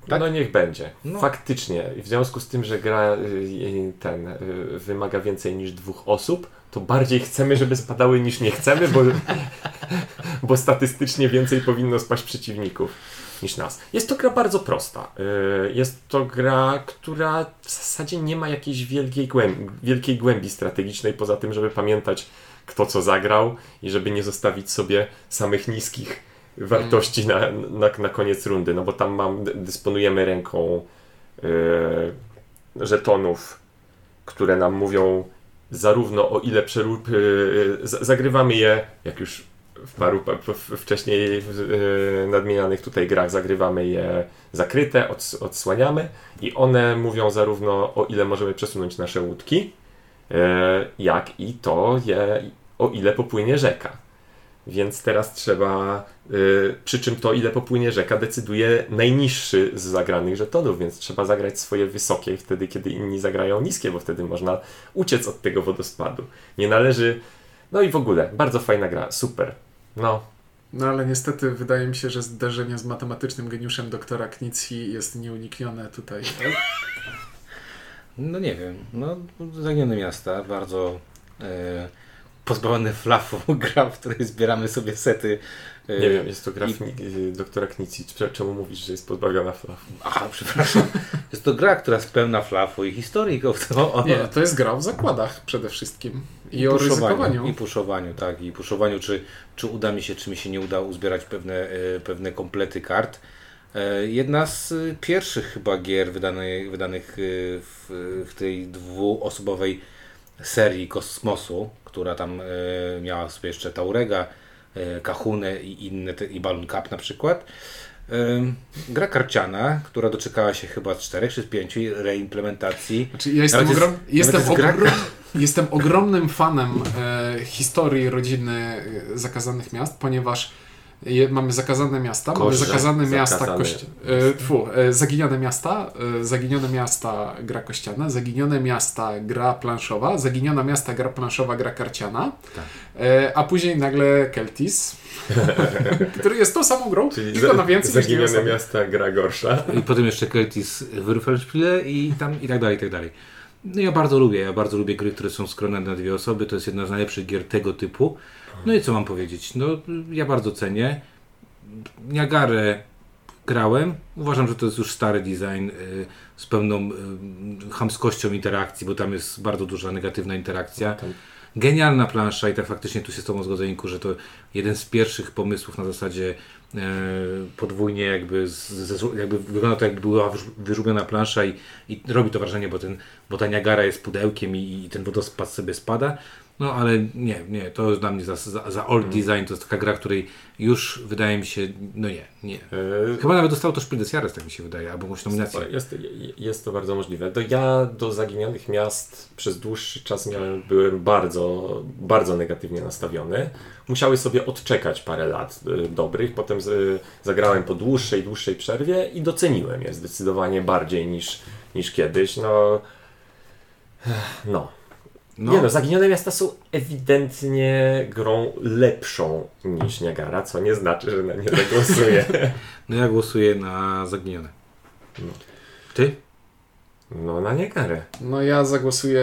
Speaker 1: tak?
Speaker 3: No niech będzie.
Speaker 1: No.
Speaker 3: Faktycznie, w związku z tym, że gra y, y, ten y, wymaga więcej niż dwóch osób, to bardziej chcemy, żeby spadały niż nie chcemy, bo, [LAUGHS] bo statystycznie więcej powinno spaść przeciwników niż nas. Jest to gra bardzo prosta. Y, Jest to gra, która w zasadzie nie ma jakiejś wielkiej głębi, wielkiej głębi strategicznej, poza tym, żeby pamiętać, kto co zagrał i żeby nie zostawić sobie samych niskich wartości na, na, na koniec rundy, no bo tam mam, dy- dysponujemy ręką yy, żetonów, które nam mówią zarówno o ile przerób, yy, z- zagrywamy je, jak już w paru pa- w- w- wcześniej yy, nadmienianych tutaj grach, zagrywamy je zakryte, ods, odsłaniamy i one mówią zarówno o ile możemy przesunąć nasze łódki, yy, jak i to je, o ile popłynie rzeka. Więc teraz trzeba, y, przy czym to ile popłynie rzeka decyduje najniższy z zagranych żetonów, więc trzeba zagrać swoje wysokie wtedy, kiedy inni zagrają niskie, bo wtedy można uciec od tego wodospadu. Nie należy, no i w ogóle, bardzo fajna gra, super. No,
Speaker 2: No ale niestety wydaje mi się, że
Speaker 1: Tak?
Speaker 2: zderzenie z matematycznym geniuszem doktora Knicji jest nieuniknione tutaj.
Speaker 1: No nie wiem, no zaginione miasta, bardzo e, pozbawione flafu [LAUGHS] gra, w której zbieramy sobie sety. e,
Speaker 3: Nie wiem, jest to gra Y, i... doktora Knici. Cz- Czemu mówisz, że jest pozbawiona flafu?
Speaker 1: Aha, przepraszam. Jest to gra, która jest pełna flafu i historii. o- o- o-
Speaker 2: Nie, no to jest gra w zakładach przede wszystkim. I, o
Speaker 1: puszowaniu,
Speaker 2: ryzykowaniu.
Speaker 1: I puszowaniu, tak. I puszowaniu, czy, czy uda mi się, czy mi się nie uda uzbierać pewne, e, pewne komplety kart. E, Jedna z e, pierwszych chyba gier wydanej, wydanych e, w, w tej dwuosobowej serii Kosmosu, która tam e, miała sobie jeszcze Taurega, e, Kahunę i inne, te, i Balloon Cup na przykład. Em, Gra karciana, która doczekała się chyba czterech czy pięciu reimplementacji.
Speaker 2: Znaczy, ja jestem,
Speaker 1: Nawet jest-
Speaker 2: ogrom... jestem,
Speaker 1: nawet jest gra-
Speaker 2: ogrom... jestem ogromnym fanem e, historii rodziny e, zakazanych miast, ponieważ je, mamy zakazane miasta, mamy
Speaker 1: Koście.
Speaker 2: zakazane miasta,
Speaker 3: Zakazane.
Speaker 2: kości... e, tfu, e, zaginione miasta, e, zaginione miasta gra kościana, zaginione miasta gra planszowa, zaginione miasta gra planszowa gra karciana,
Speaker 1: Tak.
Speaker 2: e, a później nagle Keltis, [LAUGHS] który jest tą samą grą,
Speaker 3: Czyli
Speaker 2: tylko na więcej niż dwie
Speaker 3: zaginione
Speaker 2: osoby.
Speaker 3: miasta gra gorsza.
Speaker 1: I potem jeszcze Curtis Würfelspiele i tam i tak dalej, i tak dalej. No ja bardzo lubię, ja bardzo lubię gry, które są skrojone na dwie osoby. To jest jedna z najlepszych gier tego typu. No i co mam powiedzieć? No ja bardzo cenię. Niagarę grałem. Uważam, że to jest już stary design y, z pełną y, chamskością interakcji, bo tam jest bardzo duża negatywna interakcja. Genialna plansza i tak faktycznie tu się z Tobą zgodzę, Inku, że to jeden z pierwszych pomysłów na zasadzie e, podwójnie jakby, z, z, jakby wygląda to jakby była wyrz- wyrzubiona plansza i, i robi to wrażenie, bo, ten, bo ta Niagara jest pudełkiem i, i ten wodospad sobie spada. No ale nie, nie, to jest dla mnie za, za, za old design, to jest taka gra, której już wydaje mi się, no nie, nie.
Speaker 3: E,
Speaker 1: Chyba nawet dostało to Szpil Jares, tak mi się wydaje, albo jakąś nominację.
Speaker 3: Jest, jest to bardzo możliwe. Do, ja do zaginionych miast przez dłuższy czas miałem, byłem bardzo, bardzo negatywnie nastawiony. Musiały sobie odczekać parę lat y, dobrych, potem z, zagrałem po dłuższej, dłuższej przerwie i doceniłem je zdecydowanie bardziej niż, niż kiedyś. No, no.
Speaker 1: No,
Speaker 3: Nie no, Zaginione Miasta są ewidentnie grą lepszą niż Niagara, co nie znaczy, że na nie [LAUGHS] zagłosuję.
Speaker 1: no ja głosuję na Zaginione. Ty?
Speaker 3: No, na Niagarę.
Speaker 2: No ja zagłosuję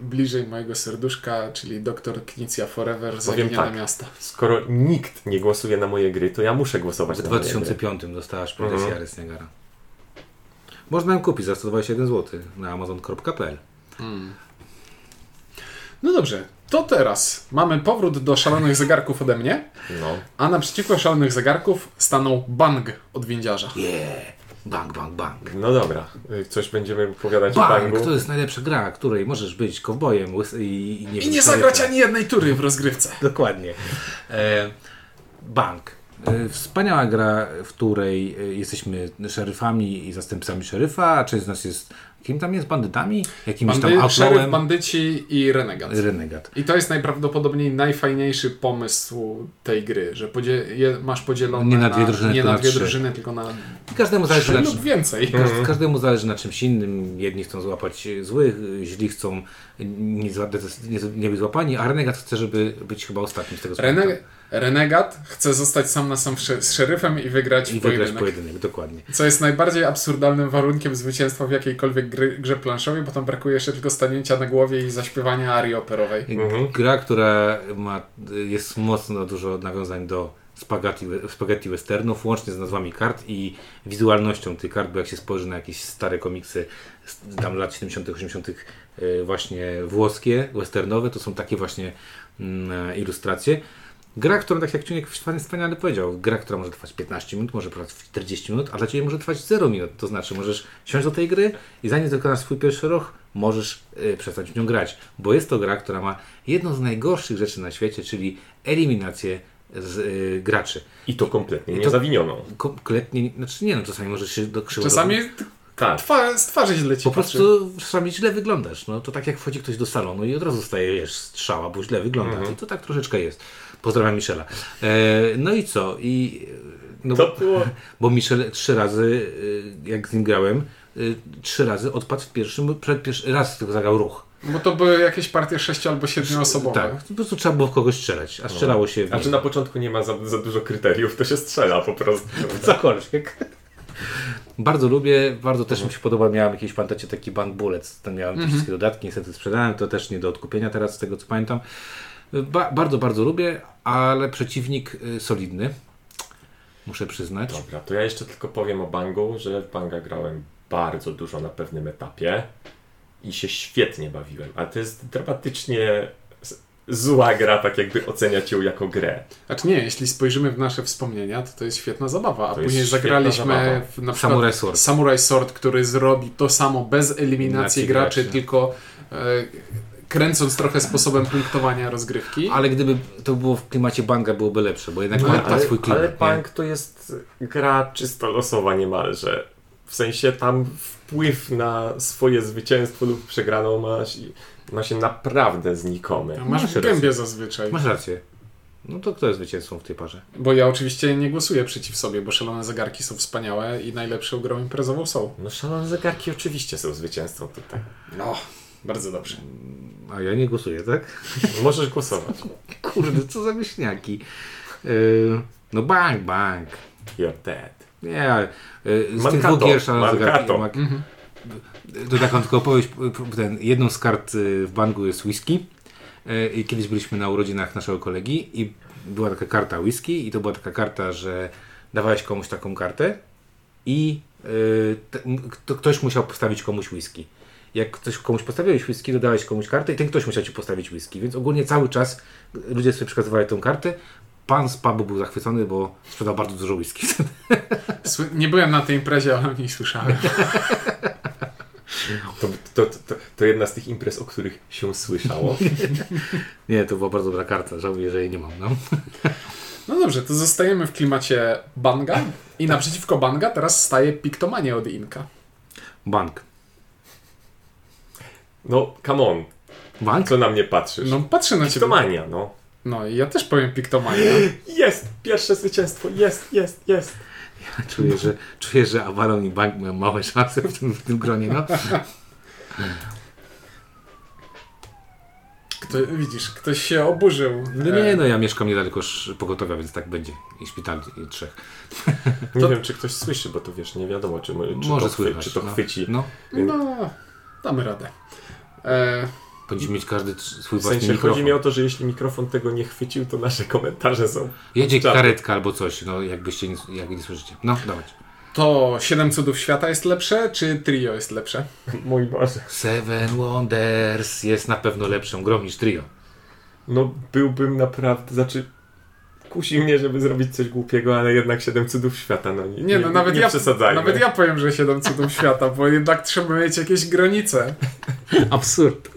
Speaker 2: bliżej mojego serduszka, czyli doktor Knicja Forever, Zaginione
Speaker 3: tak.
Speaker 2: miasta.
Speaker 3: Skoro nikt nie głosuje na moje gry, to ja muszę głosować
Speaker 1: W
Speaker 3: na moje gry.
Speaker 1: 2005 dostała Szpil
Speaker 3: Mhm.
Speaker 1: Jares Niagara. Można ją kupić za 121 zł na amazon.pl. Hmm.
Speaker 2: No dobrze, to teraz mamy powrót do szalonych zegarków ode mnie,
Speaker 3: No.
Speaker 2: a naprzeciwko szalonych zegarków stanął bang od windziarza.
Speaker 1: Yeah! Bang, bang, bang.
Speaker 3: no dobra, Y, coś będziemy opowiadać o
Speaker 1: Bang!
Speaker 3: bangu.
Speaker 1: To jest najlepsza gra, której możesz być kowbojem łys- i, i nie,
Speaker 2: I
Speaker 1: wiem,
Speaker 2: nie
Speaker 1: człowiekiem.
Speaker 2: zagrać ani jednej tury w rozgrywce.
Speaker 1: [LAUGHS] Dokładnie. E, bank. E, Wspaniała gra, w której e, jesteśmy szeryfami i zastępcami szeryfa, a część z nas jest, kim tam jest, bandytami? Jakimś
Speaker 2: Bandy,
Speaker 1: tam
Speaker 2: szeryf,
Speaker 1: outlanem?
Speaker 2: bandyci i renegat.
Speaker 1: Renegat.
Speaker 2: I to jest najprawdopodobniej najfajniejszy pomysł tej gry, że podzie- je, masz podzielone
Speaker 1: Nie na dwie drużyny,
Speaker 2: nie
Speaker 1: tylko
Speaker 2: na
Speaker 1: na
Speaker 2: dwie
Speaker 1: trzy.
Speaker 2: drużyny, tylko na
Speaker 1: I każdemu zależy
Speaker 2: trzy
Speaker 1: na
Speaker 2: lub
Speaker 1: czym.
Speaker 2: więcej.
Speaker 1: Każ, każdemu zależy na czymś innym. Jedni chcą złapać e, złych, e, źli chcą e, nie, zła- detes- nie, nie być złapani, a Renegat chce, żeby być chyba ostatnim z tego co
Speaker 2: Rene-
Speaker 1: pamiętam.
Speaker 2: renegat chce zostać sam na sam sze- z szeryfem i wygrać,
Speaker 1: I wygrać
Speaker 2: pojedynek.
Speaker 1: pojedynek, dokładnie.
Speaker 2: Co jest najbardziej absurdalnym warunkiem zwycięstwa w jakiejkolwiek gry, grze planszowej, bo tam brakuje jeszcze tylko stanięcia na głowie i zaśpiewania arii operowej.
Speaker 3: Mhm.
Speaker 1: Gra, która ma, jest mocno dużo nawiązań do spaghetti, spaghetti westernów, łącznie z nazwami kart i wizualnością tych kart, bo jak się spojrzy na jakieś stare komiksy z tam lat 70., 80., y, właśnie włoskie, westernowe, to są takie właśnie mm, ilustracje. Gra, którą, tak jak Ciuniek wspaniale powiedział, gra, która może trwać 15 minut, może trwać 40 minut, a dla Ciebie może trwać 0 minut. To znaczy, możesz siąść do tej gry i zanim dokonasz swój pierwszy ruch, możesz y, przestać w nią grać. Bo jest to gra, która ma jedną z najgorszych rzeczy na świecie, czyli eliminację z y, graczy.
Speaker 3: I to kompletnie
Speaker 1: I to-
Speaker 3: niezawinioną.
Speaker 1: Kompletnie, znaczy nie no, czasami możesz się do krzywo
Speaker 2: Czasami
Speaker 3: Tak.
Speaker 2: twa, z twarzy źle ci
Speaker 1: po
Speaker 2: patrzy.
Speaker 1: prostu czasami źle wyglądasz. No, to tak jak wchodzi ktoś do salonu i od razu staje wiesz, strzała, bo źle wygląda. I to tak troszeczkę jest. Pozdrawiam Michela. E, no i co? I, e, no,
Speaker 3: To było...
Speaker 1: bo Michel trzy razy, y, jak z nim grałem, y, trzy razy odpadł w pierwszym, przed pierwszy raz tylko zagrał ruch.
Speaker 2: Bo to były jakieś partie 6 albo 7 osobowe.
Speaker 1: Tak, po prostu trzeba było w kogoś strzelać, a strzelało się w
Speaker 3: Znaczy A czy na początku nie ma za, za dużo kryteriów, to się strzela po prostu.
Speaker 1: cokolwiek. Bardzo lubię, bardzo też mi się podoba. Miałem jakiś, pamiętacie, taki bank bullet. Ten miałem te wszystkie dodatki, niestety sprzedałem. To też nie do odkupienia teraz, z tego co pamiętam. Ba bardzo, bardzo lubię, ale przeciwnik y, solidny. Muszę przyznać.
Speaker 3: Dobra, to ja jeszcze tylko powiem o Bangu, że w Banga grałem bardzo dużo na pewnym etapie i się świetnie bawiłem, a to jest dramatycznie z- zła gra, tak jakby oceniać ją jako grę.
Speaker 2: Znaczy nie, jeśli spojrzymy w nasze wspomnienia, to to jest świetna zabawa, a
Speaker 3: To jest
Speaker 2: później
Speaker 3: świetna
Speaker 2: zagraliśmy
Speaker 3: zabawa.
Speaker 2: w, na przykład
Speaker 1: Samurai Sword.
Speaker 2: Samurai Sword, który zrobi to samo bez eliminacji
Speaker 1: Eliminacji
Speaker 2: graczy,
Speaker 1: graczy.
Speaker 2: tylko e, kręcąc trochę sposobem punktowania rozgrywki.
Speaker 1: Ale gdyby to było w klimacie banga, byłoby lepsze, bo jednak
Speaker 2: No,
Speaker 1: ma, ma
Speaker 3: ale,
Speaker 1: Tak, swój klimat.
Speaker 3: ale
Speaker 1: nie?
Speaker 3: Bang to jest gra czysto losowa niemalże. W sensie tam wpływ na swoje zwycięstwo lub przegraną ma się, ma się naprawdę znikomy.
Speaker 2: Masz
Speaker 1: Masz
Speaker 2: w gębie zazwyczaj.
Speaker 1: Masz rację. No to kto jest zwycięzcą w tej parze?
Speaker 2: Bo ja oczywiście nie głosuję przeciw sobie, bo szalone zegarki są wspaniałe i najlepszą grą imprezową są.
Speaker 3: No szalone zegarki oczywiście są zwycięzcą tutaj.
Speaker 2: No, bardzo dobrze.
Speaker 1: A ja nie głosuję, tak? [LAUGHS]
Speaker 3: Możesz głosować.
Speaker 1: Kurde, co za wyśniaki. Yy, no bang, bang.
Speaker 3: You're dead.
Speaker 1: Nie, yy, z tych
Speaker 3: Mankato,
Speaker 1: dwóch gier szalone
Speaker 3: Mankato.
Speaker 1: zegarki. mak- Mhm. To taką tylko opowieść. p- p- Ten, jedną z kart y, w banku jest whisky. Y, I kiedyś byliśmy na urodzinach naszego kolegi i była taka karta whisky i to była taka karta, że dawałeś komuś taką kartę i y, te- m- kto- ktoś musiał postawić komuś whisky. Jak ktoś komuś postawiłeś whisky, dodałeś komuś kartę i ten ktoś musiał ci postawić whisky. Więc ogólnie cały czas ludzie sobie przekazywali tą kartę. Pan z pubu był zachwycony, bo sprzedał bardzo dużo whisky. [LAUGHS]
Speaker 2: Sły- nie byłem na tej imprezie, ale o niej słyszałem.
Speaker 3: To, to, to, to jedna z tych imprez, o których się słyszało.
Speaker 1: Nie, to była bardzo dobra karta. Żałuję, że jej nie mam. No.
Speaker 2: No dobrze, to zostajemy w klimacie Banga i naprzeciwko Banga teraz staje Piktomanie od Inka.
Speaker 1: Bank.
Speaker 3: No, come on,
Speaker 1: Bank?
Speaker 3: co na mnie patrzysz?
Speaker 2: No patrzę na ciebie.
Speaker 3: Piktomania, no.
Speaker 2: No i ja też powiem no. Piktomania.
Speaker 3: Jest! Pierwsze zwycięstwo! Jest, jest, jest!
Speaker 1: Czuję, że, czuję, że Avalon i Bank mają małe szanse w tym, w tym gronie. No.
Speaker 2: Kto, widzisz, ktoś się oburzył. E,
Speaker 1: no nie, no ja mieszkam niedaleko sz- pogotowia, więc tak będzie. I szpital i trzech.
Speaker 3: Nie
Speaker 2: To-
Speaker 3: wiem, czy ktoś słyszy, bo to wiesz, nie wiadomo, czy, czy,
Speaker 1: Może
Speaker 3: to, chwy,
Speaker 1: słychać.
Speaker 3: czy to
Speaker 1: no.
Speaker 3: chwyci.
Speaker 1: No.
Speaker 2: E, No, damy radę. E,
Speaker 1: Będziemy mieć każdy tr- swój
Speaker 3: W
Speaker 1: własny
Speaker 3: sensie chodzi
Speaker 1: mikrofon.
Speaker 3: mi o to, że jeśli mikrofon tego nie chwycił, to nasze komentarze są.
Speaker 1: Jedzie
Speaker 3: Czarny.
Speaker 1: karetka albo coś, no jakbyście nie, jak nie słyszycie. No, dawać.
Speaker 2: to Siedem Cudów Świata jest lepsze, czy Trio jest lepsze?
Speaker 3: Mój Boże.
Speaker 1: Seven Wonders jest na pewno lepszą grą niż Trio.
Speaker 3: No, byłbym naprawdę, znaczy. Kusi mnie, żeby zrobić coś głupiego, ale jednak Siedem Cudów Świata, no nie,
Speaker 2: Nie, no nawet,
Speaker 3: nie
Speaker 2: ja,
Speaker 3: przesadzajmy.
Speaker 2: nawet ja powiem, że Siedem Cudów Świata, bo jednak trzeba mieć jakieś [LAUGHS] granice.
Speaker 1: Absurd.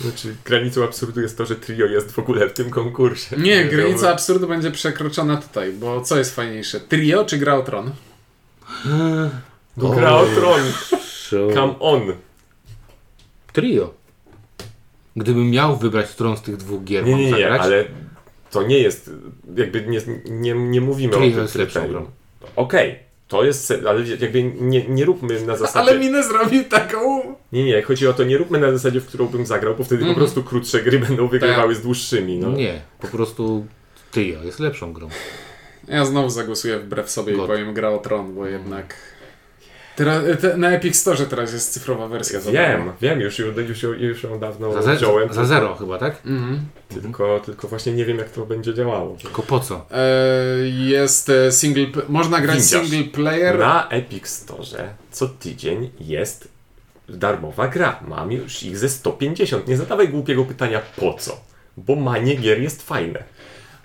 Speaker 3: Znaczy, granicą absurdu jest to, że trio jest w ogóle w tym konkursie.
Speaker 2: Nie,
Speaker 3: wiadomo.
Speaker 2: granica absurdu będzie przekroczona tutaj, bo co jest fajniejsze, Trio czy Gra o Tron?
Speaker 3: No, Gra o tron. Come on.
Speaker 1: Trio. Gdybym miał wybrać którą z tych dwóch gier,
Speaker 3: Nie,
Speaker 1: mam
Speaker 3: nie, nie,
Speaker 1: zagrać?
Speaker 3: ale to nie jest, jakby nie, nie, nie mówimy o
Speaker 1: Trio
Speaker 3: tym
Speaker 1: jest lepszą
Speaker 3: kryterium.
Speaker 1: grą.
Speaker 3: Okej, to jest, se- ale jakby nie, nie róbmy na zasadzie...
Speaker 2: Ale minę zrobi taką...
Speaker 3: Nie, nie, chodzi o to, nie róbmy na zasadzie, w którą bym zagrał, bo wtedy po prostu krótsze gry będą wygrywały z dłuższymi, no.
Speaker 1: Mhm. Tak. Nie, po prostu Trio jest lepszą grą.
Speaker 2: Ja znowu zagłosuję wbrew sobie i
Speaker 1: God. Mm.
Speaker 2: powiem Gra o Tron, bo jednak... Teraz, te, na Epic Store teraz jest cyfrowa wersja. za darmo.
Speaker 3: Wiem, wiem, już, ją- już, ją- już ją dawno
Speaker 1: Za, ze,
Speaker 3: wziąłem,
Speaker 1: za zero chyba, tak?
Speaker 2: Mhm.
Speaker 3: tylko, tylko właśnie nie wiem, jak to będzie działało.
Speaker 1: Tylko po co?
Speaker 2: E, jest e, single... p- Można grać
Speaker 3: Widzisz.
Speaker 2: single player.
Speaker 3: Na Epic Store co tydzień jest darmowa gra. Mam już ich ze 150. Nie zadawaj głupiego pytania po co, bo manie gier jest fajne.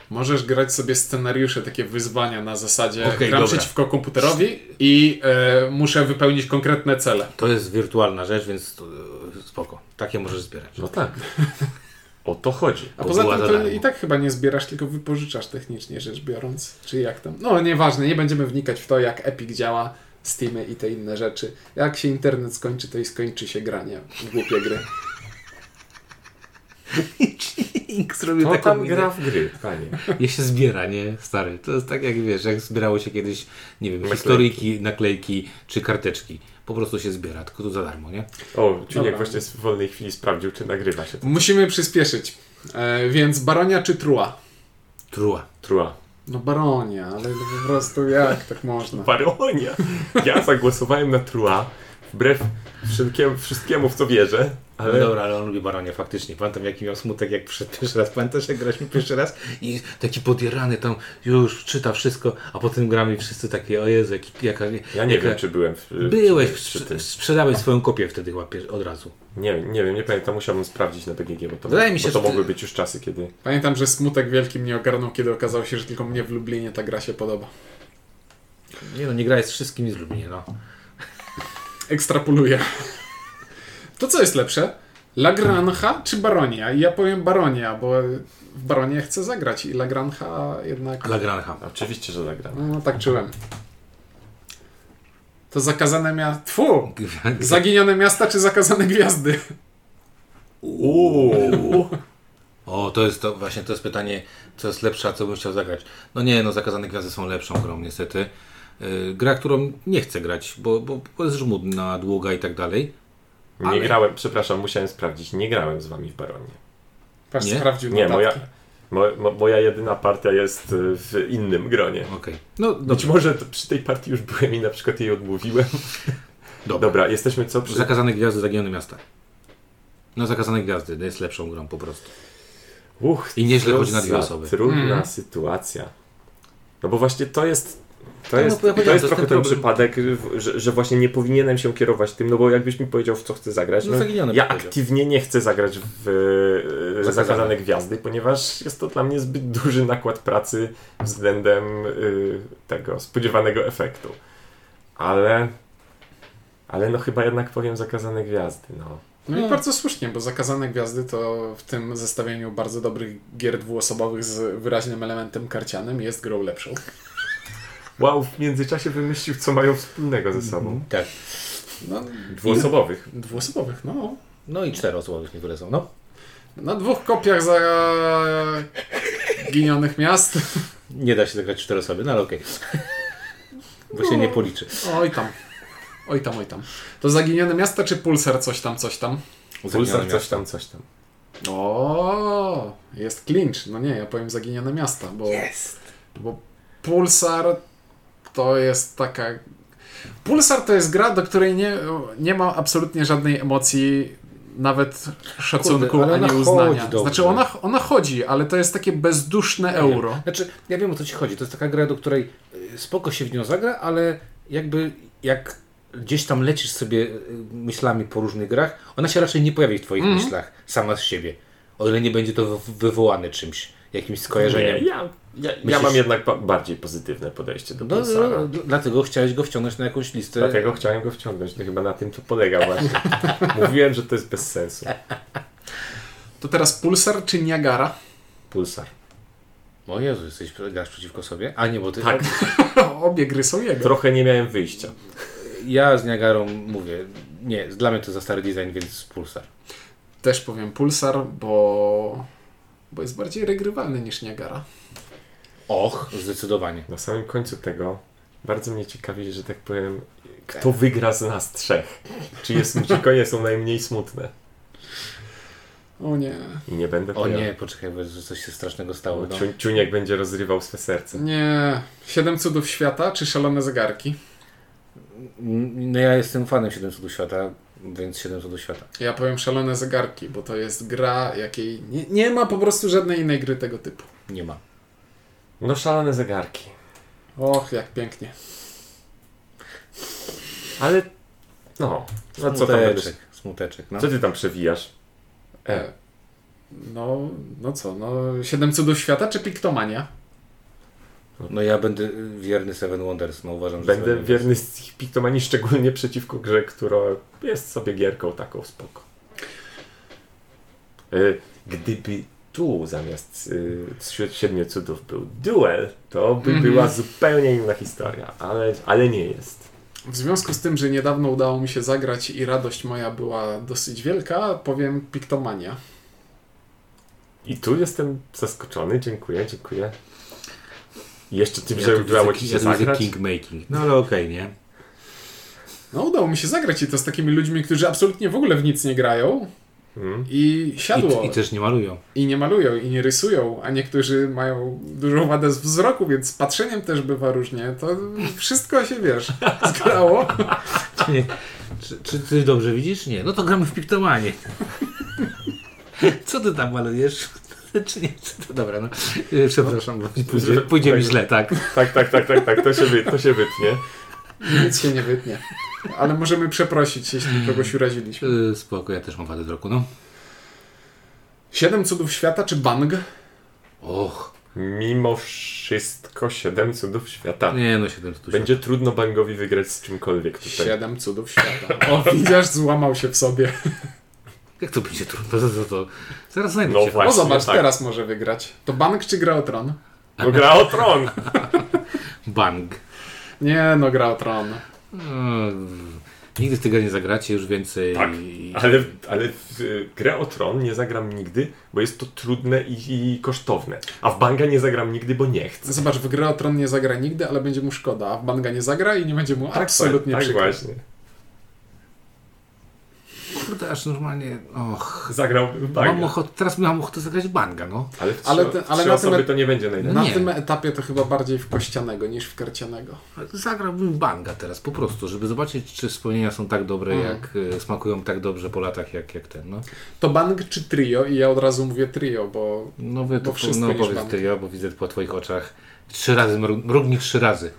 Speaker 2: Możesz grać sobie scenariusze, takie wyzwania na zasadzie
Speaker 1: Okej,
Speaker 2: gram
Speaker 1: dobra.
Speaker 2: przeciwko komputerowi i e, muszę wypełnić konkretne cele.
Speaker 1: To jest wirtualna rzecz, więc to, e, spoko. Takie możesz [LAUGHS] zbierać.
Speaker 3: No tak. O to chodzi.
Speaker 2: A
Speaker 1: Bo
Speaker 2: poza
Speaker 1: była
Speaker 2: tym
Speaker 1: za
Speaker 2: to
Speaker 1: darmo.
Speaker 2: i tak chyba nie zbierasz, tylko wypożyczasz technicznie rzecz biorąc, czy jak tam. No nieważne, nie będziemy wnikać w to, jak Epic działa, Steamy i te inne rzeczy. Jak się internet skończy, to i skończy się granie w głupie gry.
Speaker 1: Ink zrobił
Speaker 3: No
Speaker 1: taką
Speaker 3: tam
Speaker 1: minę.
Speaker 3: gra w gry, panie.
Speaker 1: Je się zbiera, nie? Stary. To jest tak jak wiesz, jak zbierało się kiedyś, nie wiem,
Speaker 3: Naklejki.
Speaker 1: historyjki, naklejki czy karteczki. Po prostu się zbiera, tylko to za darmo, nie?
Speaker 3: O, Czuniek
Speaker 2: Dobra.
Speaker 3: właśnie w wolnej chwili sprawdził, czy nagrywa się.
Speaker 2: Musimy przyspieszyć. E, więc Baronia czy Trua?
Speaker 1: Trua.
Speaker 3: Trua.
Speaker 2: No baronie, ale no po prostu jak tak można?
Speaker 3: Baronia! Ja zagłosowałem na Trua, wbrew wszelkiemu, wszystkiemu, w co wierzę, ale...
Speaker 1: Ale... No Dobra, ale on lubi baronie faktycznie. Pamiętam jaki miał smutek, jak przyszedł pierwszy raz. Pamiętasz, jak graliśmy pierwszy raz i taki podierany tam już czyta wszystko, a potem gramy i wszyscy takie, o Jezu, jaki- jaka...
Speaker 3: Ja nie
Speaker 1: jaka...
Speaker 3: wiem, czy byłem w,
Speaker 1: Byłeś,
Speaker 3: przy,
Speaker 1: przy,
Speaker 3: przy tym.
Speaker 1: sprzedałeś swoją kopię wtedy chyba pier- od razu.
Speaker 3: Nie, nie wiem, nie pamiętam, musiałbym sprawdzić na PGG, bo to,
Speaker 1: Wydaje mi się,
Speaker 3: bo to
Speaker 1: że ty-
Speaker 3: mogły być już czasy, kiedy...
Speaker 2: Pamiętam, że smutek wielki mnie ogarnął, kiedy okazało się, że tylko mnie w Lublinie ta gra się podoba.
Speaker 1: Nie no, nie grałeś z wszystkimi z Lublinie, no.
Speaker 2: Ekstrapoluję. To co jest lepsze? Lagranha czy Baronia? I Ja powiem Baronia, bo w Baronie chcę zagrać i Lagranha jednak...
Speaker 1: Dla Granham.
Speaker 3: Oczywiście, że zagram.
Speaker 2: No tak czułem. To zakazane miasta... Tfu! Zaginione miasta czy zakazane gwiazdy?
Speaker 3: Uuu.
Speaker 1: O, to jest to, właśnie to jest pytanie, co jest lepsze, a co bym chciał zagrać. No nie, no Zakazane Gwiazdy są lepszą grą niestety. Yy, gra, którą nie chcę grać, bo, bo, bo jest żmudna, długa i tak dalej.
Speaker 3: Nie
Speaker 1: Ale-
Speaker 3: grałem, przepraszam, musiałem sprawdzić, nie grałem z wami w Baronie.
Speaker 2: Patrz,
Speaker 1: Nie?
Speaker 2: sprawdził
Speaker 3: Nie,
Speaker 2: notatki.
Speaker 3: moja, mo, mo, moja jedyna partia jest y, w innym gronie.
Speaker 1: Okej. No
Speaker 3: Być
Speaker 1: dobrze.
Speaker 3: może to przy tej partii już byłem i na przykład jej odmówiłem.
Speaker 1: Dobra.
Speaker 3: Dobra, jesteśmy co przy...
Speaker 1: Zakazane Gwiazdy, Zaginione Miasta. No Zakazane Gwiazdy jest lepszą grą po prostu.
Speaker 3: Uch,
Speaker 1: I nieźle
Speaker 3: co
Speaker 1: chodzi na dwie
Speaker 3: za
Speaker 1: osoby.
Speaker 3: Trudna
Speaker 1: Hmm.
Speaker 2: Mm.
Speaker 3: sytuacja. No bo właśnie to jest. To
Speaker 1: No,
Speaker 3: jest,
Speaker 1: bo ja
Speaker 3: to
Speaker 1: powiedziałem,
Speaker 3: jest
Speaker 1: to jest
Speaker 3: trochę
Speaker 1: ten
Speaker 3: ten
Speaker 1: problem.
Speaker 3: przypadek, w- że, że właśnie nie powinienem się kierować tym, no bo jakbyś mi powiedział, w co chcę zagrać.
Speaker 1: No,
Speaker 3: No,
Speaker 1: zaginiony bym
Speaker 3: ja
Speaker 1: powiedział.
Speaker 3: aktywnie nie chcę zagrać w e,
Speaker 1: Zakazane.
Speaker 3: Zakazane Gwiazdy, ponieważ jest to dla mnie zbyt duży nakład pracy względem e, tego spodziewanego efektu. Ale. Ale no chyba jednak powiem Zakazane Gwiazdy, no.
Speaker 2: No
Speaker 1: No.
Speaker 2: i bardzo słusznie, bo Zakazane Gwiazdy to w tym zestawieniu bardzo dobrych gier dwuosobowych z wyraźnym elementem karcianym jest grą lepszą.
Speaker 3: Wow, w międzyczasie wymyślił, co mają wspólnego ze sobą.
Speaker 1: Tak.
Speaker 2: No,
Speaker 3: Dwuosobowych.
Speaker 2: dwuosobowych, no.
Speaker 1: No i cztery osoby niektóre są, no.
Speaker 2: Na dwóch kopiach za ginionych miast.
Speaker 1: Nie da się zagrać cztery osoby, no ale okej. [LAUGHS] Bo się nie policzy.
Speaker 2: Oj tam. Oj tam, oj tam. To zaginione miasta czy pulsar coś tam, coś tam?
Speaker 1: Zaginione
Speaker 3: Pulsar coś
Speaker 1: Miasta.
Speaker 3: tam, coś tam.
Speaker 2: O, jest clinch. No nie, ja powiem zaginione miasta, bo, bo pulsar to jest taka. Pulsar to jest gra, do której nie, nie ma absolutnie żadnej emocji, nawet szacunku
Speaker 1: Kurde, ale
Speaker 2: ani
Speaker 1: ona
Speaker 2: uznania.
Speaker 1: chodzi dobrze.
Speaker 2: Znaczy, ona, ona chodzi, ale to jest takie bezduszne euro.
Speaker 1: Znaczy, ja wiem o co ci chodzi. To jest taka gra, do której y, spoko się w nią zagra, ale jakby jak gdzieś tam lecisz sobie y, myślami po różnych grach, ona się raczej nie pojawi w twoich myślach sama z siebie. O ile nie będzie to wywo- wywołane czymś, jakimś skojarzeniem.
Speaker 3: Nie, ja, ja, ja
Speaker 1: Myślisz-
Speaker 3: mam jednak ba- bardziej pozytywne podejście do
Speaker 1: No,
Speaker 3: Pulsara.
Speaker 1: no, d- dlatego chciałeś go wciągnąć na jakąś listę.
Speaker 3: Dlatego chciałem go wciągnąć, no chyba na tym to
Speaker 1: [LAUGHS]
Speaker 3: polega właśnie. Mówiłem, że to jest bez sensu.
Speaker 2: To teraz pulsar czy Niagara?
Speaker 3: Pulsar.
Speaker 1: O Jezu, jesteś, grasz przeciwko sobie? A nie, bo ty...
Speaker 3: Tak.
Speaker 2: No, Obie gry są jego.
Speaker 3: Trochę nie miałem wyjścia.
Speaker 1: Ja z Niagarą mówię, nie, dla mnie to za stary design, więc Pulsar.
Speaker 2: Też powiem pulsar, bo, bo jest bardziej regrywalny niż Niagara.
Speaker 1: Och, zdecydowanie.
Speaker 3: Na samym końcu tego bardzo mnie ciekawi, że tak powiem, kto wygra z nas trzech. Czyje smucikonie są najmniej smutne.
Speaker 2: O nie.
Speaker 3: I nie będę
Speaker 1: O
Speaker 3: to ja.
Speaker 1: nie, poczekaj, bo że coś się strasznego stało.
Speaker 3: Bo
Speaker 1: No.
Speaker 3: Ciu- Ciuniek będzie rozrywał swe serce.
Speaker 2: Nie. Siedem cudów świata czy szalone zegarki?
Speaker 1: Mm, No ja jestem fanem 7 cudów świata, więc 7 cudów świata.
Speaker 2: Ja powiem szalone zegarki, bo to jest gra, jakiej nie, nie ma po prostu żadnej innej gry tego typu.
Speaker 1: Nie ma.
Speaker 3: No szalone zegarki.
Speaker 2: Och, jak pięknie.
Speaker 3: Ale no, no co tam będziesz?
Speaker 1: Smuteczek, smuteczek. No.
Speaker 3: Co ty tam przewijasz? E,
Speaker 2: E, no, no co, no Siedem cudów świata czy Piktomania?
Speaker 1: no ja będę wierny Seven Wonders, no uważam, że
Speaker 3: Będę
Speaker 1: Seven
Speaker 3: wierny z piktomanii, szczególnie przeciwko grze, która jest sobie gierką taką spoko. Y, Gdyby tu zamiast y, wśród siedmiu cudów był duel, to by
Speaker 2: Mhm.
Speaker 3: była zupełnie inna historia, ale, ale nie jest.
Speaker 2: W związku z tym, że niedawno udało mi się zagrać i radość moja była dosyć wielka, powiem Piktomania.
Speaker 3: I tu jestem zaskoczony, dziękuję, dziękuję. I Jeszcze tym,
Speaker 1: Ja
Speaker 3: że
Speaker 1: tu
Speaker 3: udało
Speaker 1: widzę-
Speaker 3: ci się
Speaker 1: ja tu widzę
Speaker 3: zagrać.
Speaker 1: king making. No ale okej, nie?
Speaker 2: No, udało mi się zagrać i to z takimi ludźmi, którzy absolutnie w ogóle w nic nie grają.
Speaker 3: Mm.
Speaker 2: I siadło.
Speaker 1: I, I też nie malują.
Speaker 2: I nie malują, i nie rysują, a niektórzy mają dużą wadę z wzroku, więc z patrzeniem też bywa różnie. To wszystko się, wiesz, [LAUGHS] zgrało.
Speaker 1: Nie. Czy, czy ty dobrze widzisz? Nie. No to gramy w piktomanie. Co ty tam malujesz? Czy nie? Co to, dobra, no. Yy, Przepraszam, bo pójdzie, pójdzie mi źle, tak.
Speaker 3: Tak, tak, tak, tak, tak, to się, wy, to się wytnie.
Speaker 2: Nic się nie wytnie. Ale możemy przeprosić, jeśli kogoś uraziliśmy.
Speaker 1: Yy, Spoko, ja też mam wadę wzroku, no.
Speaker 2: Siedem cudów świata czy Bang?
Speaker 3: Tak.
Speaker 1: Och.
Speaker 3: Mimo wszystko siedem cudów świata.
Speaker 1: Nie no, 7 tu
Speaker 3: Będzie trudno Bangowi wygrać z czymkolwiek tutaj.
Speaker 2: Siedem cudów świata. O, widzisz, złamał się w sobie.
Speaker 1: Jak to będzie trudno? Za to, to. Zaraz znajdę
Speaker 3: No
Speaker 1: się.
Speaker 2: O,
Speaker 3: właśnie,
Speaker 2: zobacz,
Speaker 3: tak.
Speaker 2: teraz może wygrać. To Bang czy Gra o Tron?
Speaker 3: No gra o
Speaker 2: [LAUGHS]
Speaker 3: tron!
Speaker 1: Bang.
Speaker 2: Nie, no Gra o Tron.
Speaker 1: No, nigdy w tygę nie zagracie już więcej.
Speaker 3: Tak, Ale, ale w y, grę o tron nie zagram nigdy, bo jest to trudne i, i kosztowne. A w Banga nie zagram nigdy, bo nie chcę.
Speaker 2: Zobacz, w Grę o Tron nie zagra nigdy, ale będzie mu szkoda, a w Banga nie zagra i nie będzie mu absolutnie
Speaker 3: tak,
Speaker 2: przykro.
Speaker 3: właśnie.
Speaker 1: Kurde, aż normalnie. Och.
Speaker 3: Zagrałbym w
Speaker 1: Mam
Speaker 3: Banga.
Speaker 1: ochotę, teraz mam ochotę zagrać banga, no.
Speaker 3: Ale, w trzy,
Speaker 2: Ale
Speaker 3: ale,
Speaker 2: ten- ale
Speaker 3: trzy
Speaker 2: na tym
Speaker 3: osoby
Speaker 2: et-
Speaker 3: to nie będzie najlepiej.
Speaker 2: Na
Speaker 1: Nie.
Speaker 2: tym etapie to chyba bardziej w kościanego niż w karcianego.
Speaker 1: Zagrałbym w banga teraz po prostu, żeby zobaczyć, czy wspomnienia są tak dobre,
Speaker 2: Mhm.
Speaker 1: jak e, smakują tak dobrze po latach, jak, jak ten. No,
Speaker 2: To bang czy trio? I ja od razu mówię trio, bo
Speaker 1: no wy to
Speaker 2: wszystko
Speaker 1: no,
Speaker 2: niż
Speaker 1: powiedz
Speaker 2: bang.
Speaker 1: ty, ja, bo widzę po twoich oczach. Trzy razy, mru- mrugnij trzy razy.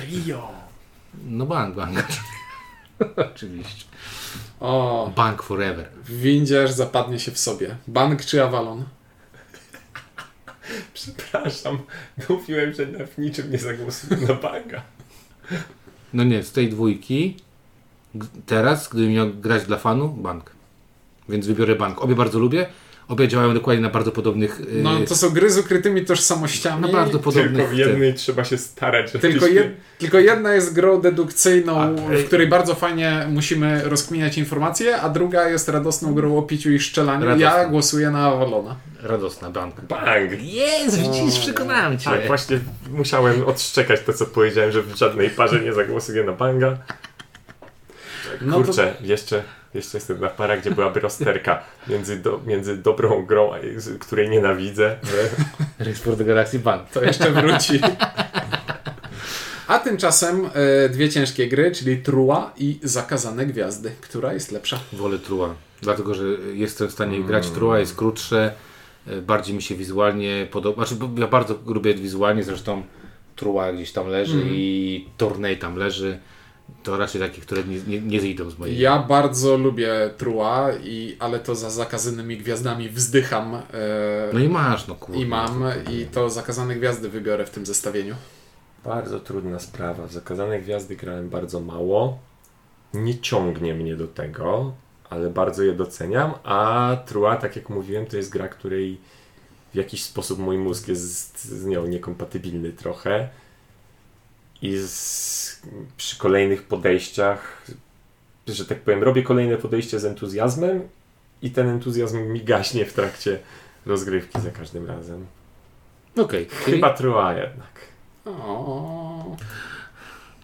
Speaker 2: trio.
Speaker 1: No bang, bang. [LAUGHS] Oczywiście.
Speaker 2: O,
Speaker 1: Bang forever.
Speaker 2: windziarz zapadnie się w sobie. Bang czy Avalon?
Speaker 3: Przepraszam, [LAUGHS] mówiłem, że na w niczym nie zagłosuję na Banga.
Speaker 1: No nie, z tej dwójki g- teraz, gdybym miał grać dla fanu, bank. Więc wybiorę bank. Obie bardzo lubię. Obie działają dokładnie na bardzo podobnych. e,
Speaker 2: No to są gry z ukrytymi
Speaker 1: na
Speaker 2: tożsamościami.
Speaker 1: bardzo podobnych.
Speaker 3: Tylko w jednej trzeba się starać.
Speaker 2: Tylko,
Speaker 3: żebyśmy-
Speaker 2: jed, tylko jedna jest grą dedukcyjną,
Speaker 1: A, ej.
Speaker 2: w której bardzo fajnie musimy rozkminiać informacje, a druga jest radosną grą o piciu i szczelaniu. Ja
Speaker 1: Radosna.
Speaker 2: głosuję na Avalona.
Speaker 1: Radosna bank.
Speaker 3: Bang!
Speaker 1: Jest, widzisz, przekonałem cię.
Speaker 3: Tak, właśnie musiałem odszczekać to, co powiedziałem, że w żadnej parze nie zagłosuję na Banga.
Speaker 2: No to-
Speaker 3: Kurczę, jeszcze, jeszcze jestem na parach, gdzie byłaby rozterka między, do, między dobrą grą, a- z- której nienawidzę.
Speaker 1: Rejsport do Galaxy Bank.
Speaker 2: To jeszcze wróci. A tymczasem e, dwie ciężkie gry, czyli Trua i Zakazane Gwiazdy. Która jest lepsza?
Speaker 1: Wolę Trua, dlatego że jestem w stanie grać Trua, jest krótsze, e, bardziej mi się wizualnie podoba. Znaczy, bo ja bardzo lubię wizualnie, zresztą Trua gdzieś tam leży i Tornej tam leży. To raczej takie, które nie, nie, nie zejdą z mojej.
Speaker 2: Ja bardzo lubię Trua, i, ale to za zakazanymi gwiazdami wzdycham e,
Speaker 1: No i masz, no kurde.
Speaker 2: i mam i to Zakazane Gwiazdy wybiorę w tym zestawieniu.
Speaker 3: Bardzo trudna sprawa. W Zakazane Gwiazdy grałem bardzo mało. Nie ciągnie mnie do tego, ale bardzo je doceniam. A Trua, tak jak mówiłem, to jest gra, której w jakiś sposób mój mózg jest z nią niekompatybilny trochę. I z, przy kolejnych podejściach, że tak powiem, robię kolejne podejście z entuzjazmem i ten entuzjazm mi gaśnie w trakcie rozgrywki za każdym razem.
Speaker 1: Okej, czyli
Speaker 3: Chyba Trua jednak.
Speaker 2: O,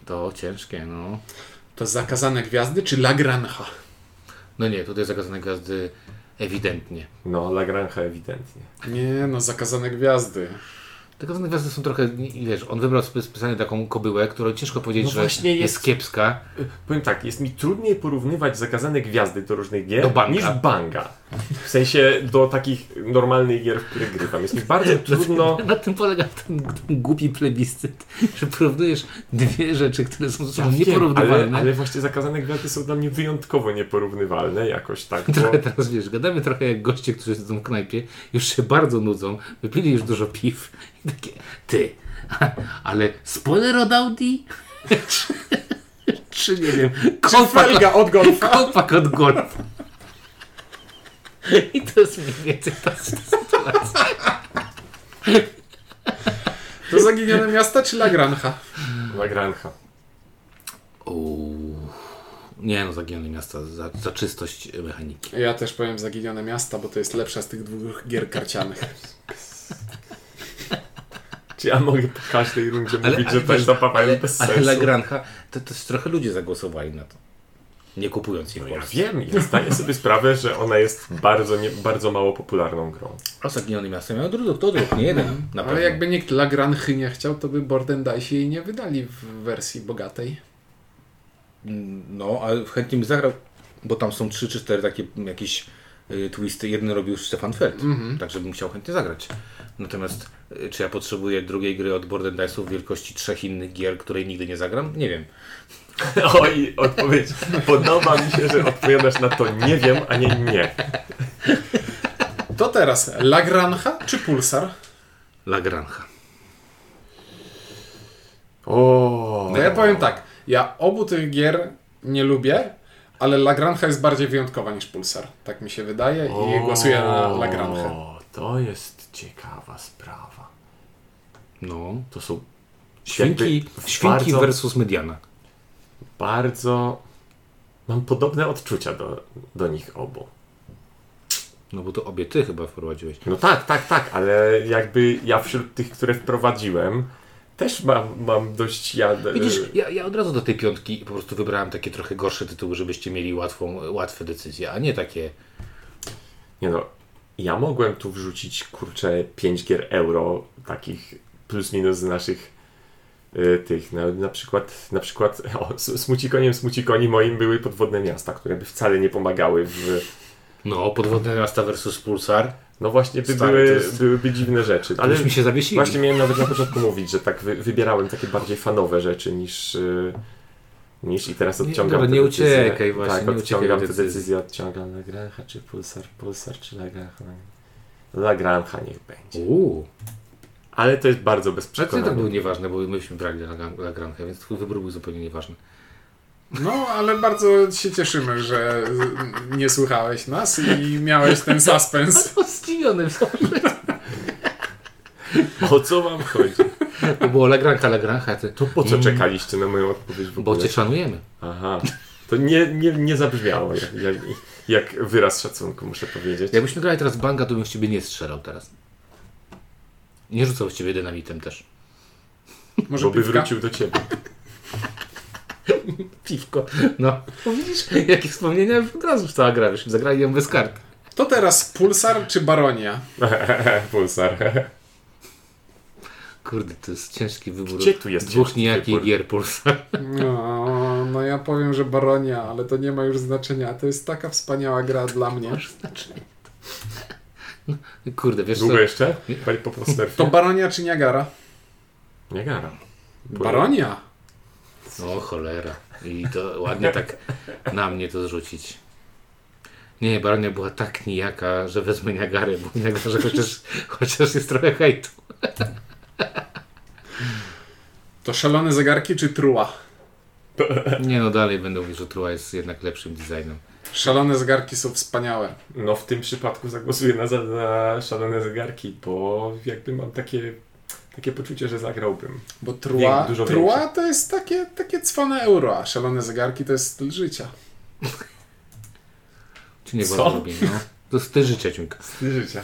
Speaker 1: to ciężkie, no.
Speaker 2: to Zakazane Gwiazdy czy La Granja?
Speaker 1: No nie, tutaj zakazane gwiazdy ewidentnie.
Speaker 3: No, Lagrange ewidentnie.
Speaker 2: Nie, no Zakazane Gwiazdy.
Speaker 1: Zakazane gwiazdy są trochę, i wiesz, on wybrał spe- specjalnie taką kobyłę, którą ciężko powiedzieć,
Speaker 3: No
Speaker 1: że
Speaker 3: właśnie
Speaker 1: jest...
Speaker 3: jest-
Speaker 1: kiepska.
Speaker 3: Powiem tak, jest mi trudniej porównywać zakazane gwiazdy do różnych gier
Speaker 1: Do banga.
Speaker 3: niż banga. W sensie do takich normalnych gier, w które grywam. Jest mi [LAUGHS] bardzo trudno.
Speaker 1: Na tym polega ten, ten głupi plebiscyt, że porównujesz dwie rzeczy, które są ze sobą
Speaker 3: Wiem, ale,
Speaker 1: nieporównywalne.
Speaker 3: ale właśnie zakazane gwiazdy są dla mnie wyjątkowo nieporównywalne jakoś tak.
Speaker 1: Trochę
Speaker 3: Bo...
Speaker 1: teraz wiesz, gadamy trochę jak goście, którzy siedzą w knajpie, już się bardzo nudzą, wypili już dużo piw i takie, ty, ale spoiler od Audi? Czy- Czy nie wiem, kopak,
Speaker 2: Felga od golfa!
Speaker 1: kopak od golfa. I to jest mniej więcej ta sytuacja.
Speaker 2: To Zaginione Miasta czy La Granja?
Speaker 3: tak. Lagrancha.
Speaker 1: Uuu. Nie no, zaginione miasta za, za czystość mechaniki.
Speaker 2: Ja też powiem Zaginione Miasta, bo to jest lepsza z tych dwóch gier karcianych.
Speaker 3: Czy ja mogę po każdej rundzie mówić, że
Speaker 1: wiesz,
Speaker 3: też zabawają
Speaker 1: ale,
Speaker 3: bez
Speaker 1: ale
Speaker 3: sensu?
Speaker 1: Lagrancha, to też trochę ludzie zagłosowali na to. nie kupując jej
Speaker 3: No
Speaker 1: w
Speaker 3: ja
Speaker 1: Polsce.
Speaker 3: wiem, ja zdaję sobie sprawę, że ona jest bardzo, nie, bardzo mało popularną grą.
Speaker 1: Osagniony miastem miał druk, to druk, nie
Speaker 3: Mhm.
Speaker 1: jeden. Na pewno.
Speaker 2: Ale jakby nikt Lagrange nie chciał, to by Borden Dice jej nie wydali w wersji bogatej.
Speaker 1: No, ale chętnie bym zagrał, bo tam są trzy czy cztery takie m, jakieś y, twisty. Jeden robił Stefan Feld,
Speaker 3: Mhm.
Speaker 1: także bym chciał chętnie zagrać. Natomiast y, czy ja potrzebuję drugiej gry od Borden Dice'ów wielkości trzech innych gier, której nigdy nie zagram? Nie wiem.
Speaker 3: Oj, odpowiedź. Podoba mi się, że odpowiadasz na to nie wiem, a nie nie.
Speaker 2: To teraz Lagrange czy Pulsar?
Speaker 1: Lagrange.
Speaker 3: O,
Speaker 2: No ja powiem tak, ja obu tych gier nie lubię, ale Lagrange jest bardziej wyjątkowa niż Pulsar. Tak mi się wydaje i głosuję na Lagrange.
Speaker 3: O, To jest ciekawa sprawa.
Speaker 1: No.
Speaker 3: To są
Speaker 1: Świnki,
Speaker 3: jakby
Speaker 1: świnki
Speaker 3: bardzo,
Speaker 1: versus Mediana.
Speaker 3: bardzo... Mam podobne odczucia do, do nich obu.
Speaker 1: No bo to obie ty chyba wprowadziłeś.
Speaker 3: No tak, tak, tak, ale jakby ja wśród tych, które wprowadziłem, też mam, mam dość... Ja,
Speaker 1: Widzisz, ja, ja od razu do tej piątki po prostu wybrałem takie trochę gorsze tytuły, żebyście mieli łatwą, łatwe decyzje, a nie takie.
Speaker 3: Nie no, ja mogłem tu wrzucić kurczę 5 gier euro, takich plus minus z naszych y, tych, na, na przykład, na przykład o, s- smucikoniem smucikoni moim były podwodne miasta, które by wcale nie pomagały w...
Speaker 1: No, podwodne miasta versus Pulsar.
Speaker 3: No właśnie, by
Speaker 1: Stary,
Speaker 3: były,
Speaker 1: to jest-
Speaker 3: byłyby dziwne rzeczy, ale
Speaker 1: Ale mi się zawiesili.
Speaker 3: właśnie miałem nawet na początku mówić, że tak wy, wybierałem takie bardziej fanowe rzeczy niż... y, niż i teraz
Speaker 1: Nie,
Speaker 3: odciągam
Speaker 1: dobra,
Speaker 3: te
Speaker 1: nie
Speaker 3: decyzje.
Speaker 1: uciekaj właśnie,
Speaker 3: Tak,
Speaker 1: nie uciekaj
Speaker 3: odciągam
Speaker 1: od
Speaker 3: te
Speaker 1: decyzji.
Speaker 3: decyzje, odciągam Lagrange czy Pulsar, Pulsar czy no Lagrange. Lagrange niech będzie.
Speaker 1: Uuu.
Speaker 3: Ale to jest bardzo bez
Speaker 1: Ale to i tak było
Speaker 3: przekonania.
Speaker 1: nieważne, bo myśmy brali Lagan- Lagrange, więc twój wybór był zupełnie nieważny.
Speaker 2: No, ale bardzo się cieszymy, że nie słuchałeś nas i miałeś ten suspens.
Speaker 1: O, zdziwiony
Speaker 3: [LAUGHS] O co wam chodzi?
Speaker 1: To było Lagrange, Lagrange, a ty...
Speaker 3: To po co
Speaker 1: Mm,
Speaker 3: czekaliście na moją odpowiedź w
Speaker 1: Bo
Speaker 3: ogóle?
Speaker 1: cię szanujemy.
Speaker 3: Aha. To nie, nie, nie zabrzmiało jak, jak, jak wyraz szacunku, muszę powiedzieć.
Speaker 1: Jakbyśmy grali teraz banga, to bym w ciebie nie strzelał teraz. Nie rzucał w ciebie dynamitem też.
Speaker 2: Może
Speaker 3: Bo by
Speaker 2: piwka?
Speaker 3: wrócił do ciebie.
Speaker 1: Piwko. No. Bo Widzisz, jakie wspomnienia od razu wstała gra, byśmy zagrali ją bez kart.
Speaker 2: To teraz Pulsar czy Baronia?
Speaker 3: [LAUGHS] Pulsar.
Speaker 1: Kurde, to jest ciężki wybór.
Speaker 3: Gdzie tu jest
Speaker 1: Dwóch
Speaker 3: ciężki
Speaker 1: nijakich
Speaker 3: wybór?
Speaker 1: gier Pulsar.
Speaker 2: No, no ja powiem, że Baronia, ale to nie ma już znaczenia. To jest taka wspaniała gra dla mnie.
Speaker 1: [LAUGHS] Kurde, wiesz
Speaker 3: Długo
Speaker 1: co?
Speaker 3: jeszcze? Pali po
Speaker 2: To
Speaker 3: posterfie?
Speaker 2: Baronia czy Niagara?
Speaker 3: Nie gara.
Speaker 2: Baronia!
Speaker 1: O cholera. I to ładnie tak na mnie to zrzucić. Nie, Baronia była tak nijaka, że wezmę Niagarę, bo Niagarze
Speaker 3: [LAUGHS]
Speaker 1: chociaż, chociaż jest trochę hejtu.
Speaker 2: To Szalone Zegarki czy Trua?
Speaker 1: Nie no, dalej będę mówił, że Trua jest jednak lepszym designem.
Speaker 2: Szalone Zegarki są wspaniałe.
Speaker 3: No w tym przypadku zagłosuję na, za- na szalone zegarki, bo jakby mam takie, takie poczucie, że zagrałbym.
Speaker 2: Bo
Speaker 3: Wiek-
Speaker 2: Trua,
Speaker 3: dużo
Speaker 2: trua
Speaker 3: większy.
Speaker 2: to jest takie, takie cwane euro, a Szalone Zegarki to jest styl życia.
Speaker 1: Czy nie
Speaker 3: Co?
Speaker 1: bardzo lubię, no. To styl życia, ciunka.
Speaker 3: Styl życia.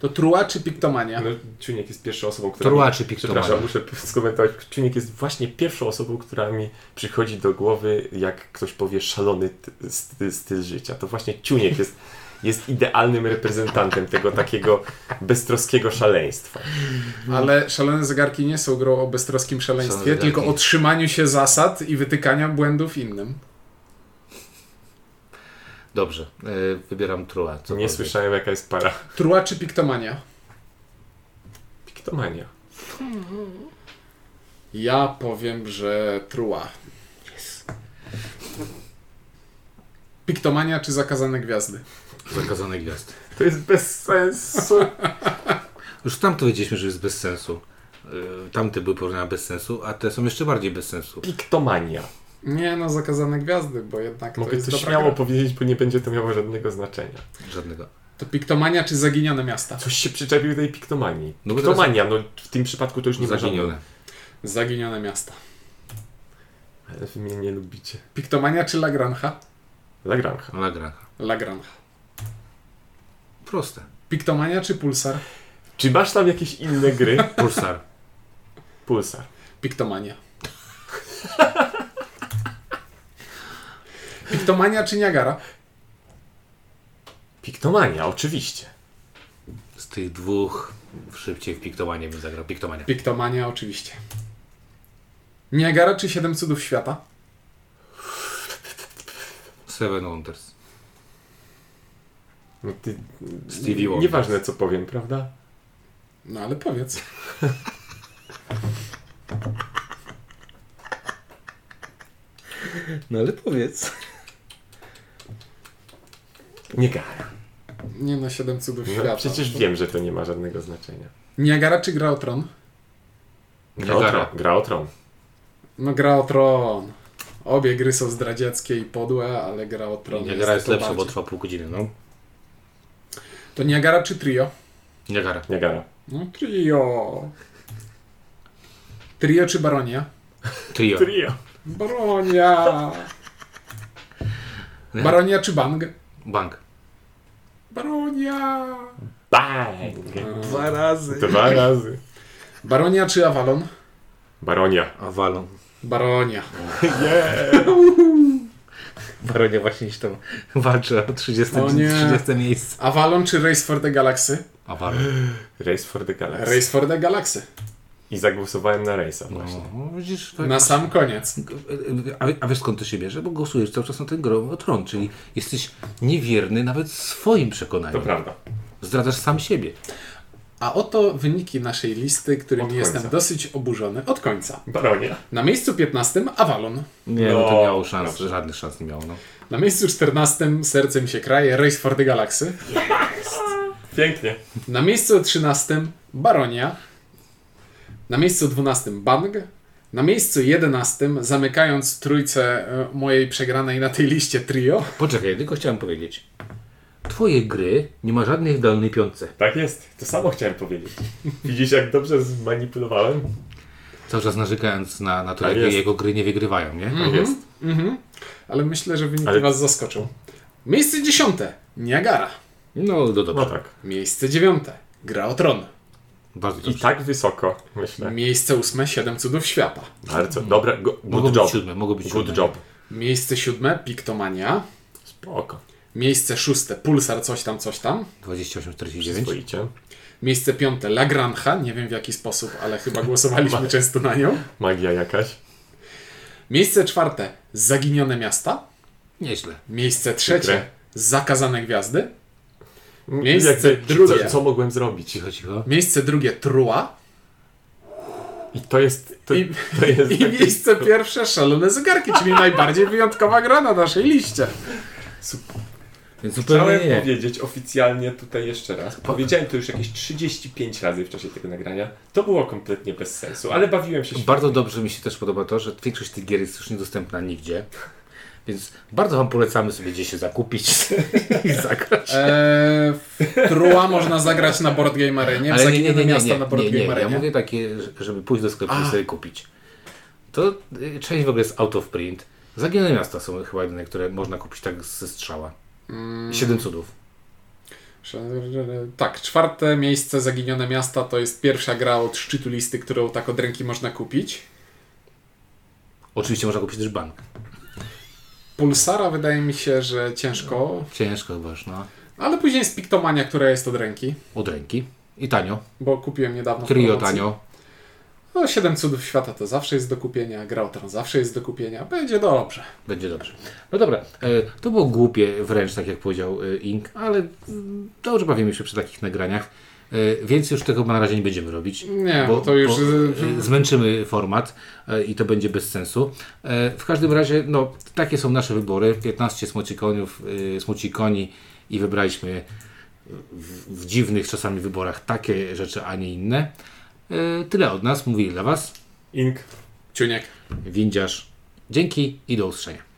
Speaker 2: To Trua czy Piktomania?
Speaker 3: No, Czuniek jest pierwszą osobą, która...
Speaker 1: Trua
Speaker 3: mi-
Speaker 1: czy piktomania?
Speaker 3: Przepraszam, muszę skomentować. Czuniek jest właśnie pierwszą osobą, która mi przychodzi do głowy, jak ktoś powie szalony ty- sty- styl życia. To właśnie Czuniek jest, jest idealnym reprezentantem tego takiego beztroskiego szaleństwa.
Speaker 2: Ale Szalone Zegarki nie są grą o beztroskim szaleństwie,
Speaker 1: Szalone
Speaker 2: tylko
Speaker 1: Zegarki.
Speaker 2: o trzymaniu się zasad i wytykania błędów innym.
Speaker 1: Dobrze, e, wybieram Trua.
Speaker 3: Co
Speaker 1: cokolwiek.
Speaker 3: Nie słyszałem, jaka jest para.
Speaker 2: Trua czy Piktomania?
Speaker 3: Piktomania.
Speaker 2: Ja powiem, że Trua. Piktomania czy Zakazane Gwiazdy?
Speaker 1: Zakazane gwiazd.
Speaker 3: To jest bez sensu.
Speaker 1: Już tam to wiedzieliśmy, że jest bez sensu. E, Tamte były porównane bez sensu, a te są jeszcze bardziej bez sensu.
Speaker 3: Piktomania.
Speaker 2: Nie no, Zakazane Gwiazdy, bo jednak to
Speaker 3: Mogę
Speaker 2: jest
Speaker 3: to
Speaker 2: dobra
Speaker 3: śmiało
Speaker 2: gra.
Speaker 3: powiedzieć, bo nie będzie to miało żadnego znaczenia.
Speaker 1: Żadnego.
Speaker 2: To Piktomania czy Zaginione Miasta?
Speaker 3: Coś się przyczepił tej piktomanii.
Speaker 1: No bo teraz-
Speaker 3: Piktomania, no w tym przypadku to już nie ma żadnego.
Speaker 1: Zaginione.
Speaker 2: Zaginione Miasta.
Speaker 3: Ale wy mnie nie lubicie.
Speaker 2: Piktomania czy Lagrange?
Speaker 3: Lagrange.
Speaker 1: Lagrange.
Speaker 2: Lagrange.
Speaker 1: Proste.
Speaker 2: Piktomania czy Pulsar?
Speaker 3: Czy masz tam jakieś inne gry?
Speaker 1: [LAUGHS] Pulsar.
Speaker 3: Pulsar.
Speaker 2: Piktomania. [LAUGHS] Piktomania czy Niagara?
Speaker 3: Piktomania, oczywiście.
Speaker 1: Z tych dwóch szybciej w piktomanie bym zagrał. Piktomania.
Speaker 2: Piktomania oczywiście. Niagara czy Siedem Cudów Świata?
Speaker 1: Seven Wonders.
Speaker 3: No ty,
Speaker 1: Stevie Wonder.
Speaker 3: nieważne co powiem, prawda?
Speaker 2: No ale powiedz.
Speaker 4: No ale powiedz.
Speaker 3: Nie gara.
Speaker 2: Nie no, Siedem Cudów Świata.
Speaker 3: No, przecież
Speaker 2: To-
Speaker 3: wiem, że to nie ma żadnego znaczenia.
Speaker 2: Niagara czy Gra o Tron?
Speaker 3: Gra o
Speaker 1: Niagara.
Speaker 3: tron. Gra o tron.
Speaker 2: No Gra o Tron. Obie gry są zdradzieckie i podłe, ale Gra o Tron
Speaker 1: Niagara jest
Speaker 2: to
Speaker 1: lepsza, bo
Speaker 2: bardziej.
Speaker 1: trwa pół godziny, no.
Speaker 2: To Niagara czy Trio?
Speaker 1: Niagara.
Speaker 3: Niagara.
Speaker 2: No Trio. Trio czy Baronia?
Speaker 1: Trio.
Speaker 3: Trio.
Speaker 2: Baronia! Baronia czy Bang?
Speaker 1: Bank.
Speaker 2: Baronia!
Speaker 3: Bang!
Speaker 1: Mm.
Speaker 4: Dwa razy.
Speaker 3: Dwa razy.
Speaker 2: Baronia czy Avalon?
Speaker 3: Baronia.
Speaker 1: Avalon.
Speaker 2: Baronia.
Speaker 1: Baronie właśnie gdzieś tam walczy o 30,
Speaker 2: O nie.
Speaker 1: 30 miejsce.
Speaker 2: Avalon czy Race for the Galaxy?
Speaker 1: Avalon.
Speaker 3: Race for the Galaxy.
Speaker 2: Race for the Galaxy.
Speaker 3: I zagłosowałem na Race'a właśnie.
Speaker 1: No, widzisz, e,
Speaker 2: Na sam koniec.
Speaker 1: a, a wiesz skąd to się bierze? Bo głosujesz cały czas na ten grom o tron, czyli jesteś niewierny nawet swoim
Speaker 3: To
Speaker 1: przekonaniom.
Speaker 3: prawda.
Speaker 1: Zdradzasz sam siebie.
Speaker 2: A oto wyniki naszej listy,
Speaker 3: Od
Speaker 2: którymi
Speaker 3: końca.
Speaker 2: jestem dosyć oburzony od końca.
Speaker 3: Baronia.
Speaker 2: Na miejscu 15 Avalon.
Speaker 1: Nie, no,
Speaker 3: No,
Speaker 1: to miało szans,
Speaker 3: dobrze.
Speaker 1: żadnych szans nie miało. No.
Speaker 2: Na miejscu 14 serce mi się kraje Race for the Galaxy.
Speaker 3: Pięknie.
Speaker 2: Na miejscu 13 Baronia. Na miejscu 12 Bang. Na miejscu 11 zamykając trójcę e, mojej przegranej na tej liście trio.
Speaker 1: Poczekaj, tylko chciałem powiedzieć. Twoje gry nie ma żadnej w dolnej piątce.
Speaker 3: Tak jest. To samo chciałem powiedzieć. Widzisz, jak dobrze zmanipulowałem?
Speaker 1: Cały czas narzekając na, na to,
Speaker 3: Tak
Speaker 1: jak
Speaker 3: jest.
Speaker 1: jego gry nie wygrywają, nie?
Speaker 3: Tak jest.
Speaker 2: Ale myślę, że wyniki
Speaker 3: Ale-
Speaker 2: was zaskoczą. Miejsce 10 Niagara.
Speaker 1: No, no dobrze.
Speaker 3: No tak.
Speaker 2: Miejsce 9 Gra o Tron.
Speaker 1: Bardzo
Speaker 3: I
Speaker 1: dobrze.
Speaker 3: tak wysoko, myślę.
Speaker 2: Miejsce 8 Siedem Cudów Świata.
Speaker 3: Bardzo. Dobra, go,
Speaker 1: Mogło
Speaker 3: good
Speaker 1: być
Speaker 3: job.
Speaker 1: siódme, mogło być siódme.
Speaker 3: Good job.
Speaker 2: Miejsce 7 Piktomania.
Speaker 3: Spoko.
Speaker 2: Miejsce 6 Pulsar coś tam coś tam.
Speaker 1: 28, 49.
Speaker 3: Przyzwoicie.
Speaker 2: Miejsce 5 Lagrancha. Nie wiem w jaki sposób, ale chyba
Speaker 1: [LAUGHS]
Speaker 2: głosowaliśmy często na nią.
Speaker 3: Magia jakaś.
Speaker 2: Miejsce czwarte Zaginione miasta.
Speaker 1: Nieźle.
Speaker 2: Miejsce trzecie
Speaker 3: Przykre.
Speaker 2: Zakazane gwiazdy.
Speaker 3: M-
Speaker 2: Miejsce
Speaker 3: jakby-
Speaker 2: drugie.
Speaker 3: Co, co mogłem zrobić?
Speaker 1: Cicho, cicho.
Speaker 2: Miejsce drugie Trua.
Speaker 3: I to jest... To,
Speaker 2: I-
Speaker 3: to jest
Speaker 2: I
Speaker 3: taki
Speaker 2: miejsce pierwsze Szalone Zegarki, czyli najbardziej wyjątkowa gra na naszej liście.
Speaker 1: Więc zupełnie
Speaker 3: Chciałem
Speaker 1: nie.
Speaker 3: powiedzieć oficjalnie tutaj jeszcze raz. Powiedziałem to już jakieś 35 razy w czasie tego nagrania. To było kompletnie bez sensu, ale bawiłem się świetnie.
Speaker 1: Bardzo dobrze mi się też podoba to, że większość tych gier jest już niedostępna nigdzie. Więc bardzo Wam polecamy sobie gdzieś się zakupić [LAUGHS] i zagrać.
Speaker 2: Eee, w Trua można zagrać na Board Game Arenie, w Zaginione miasta na Board
Speaker 1: nie, nie,
Speaker 2: Game
Speaker 1: ja
Speaker 2: Arenie.
Speaker 1: mówię takie, że- żeby pójść do sklepu i sobie kupić. To y, część w ogóle jest out of print. Zaginione miasta są chyba jedyne, które można kupić tak ze strzała.
Speaker 2: Mm.
Speaker 1: I Siedem cudów.
Speaker 2: Tak, czwarte miejsce Zaginione miasta to jest pierwsza gra od szczytu listy, którą tak od ręki można kupić.
Speaker 1: Oczywiście można kupić też bank.
Speaker 2: Pulsara wydaje mi się, że ciężko,
Speaker 1: Ciężko chyba już, no.
Speaker 2: ale później jest Piktomania, która jest od ręki,
Speaker 1: Od ręki. I tanio.
Speaker 2: bo kupiłem niedawno. w
Speaker 1: Trio
Speaker 2: promocji.
Speaker 1: tanio.
Speaker 2: No, Siedem Cudów Świata to zawsze jest do kupienia, Gra o Tron zawsze jest do kupienia, będzie dobrze.
Speaker 1: Będzie dobrze. No dobra, e, to było głupie wręcz, tak jak powiedział e, Ink, ale mm, dobrze bawimy się przy takich nagraniach, e, więc już tego na razie nie będziemy robić.
Speaker 2: Nie, bo to już,
Speaker 1: e, zmęczymy format e, i to będzie bez sensu. E, W każdym razie, no, takie są nasze wybory. 15 smucikoniów, e, smucikoni i wybraliśmy w, w dziwnych czasami wyborach takie rzeczy, a nie inne. E, Tyle od nas, mówili dla Was.
Speaker 3: Ink.
Speaker 2: Ciuniek.
Speaker 1: Windziarz. Dzięki i do usłyszenia.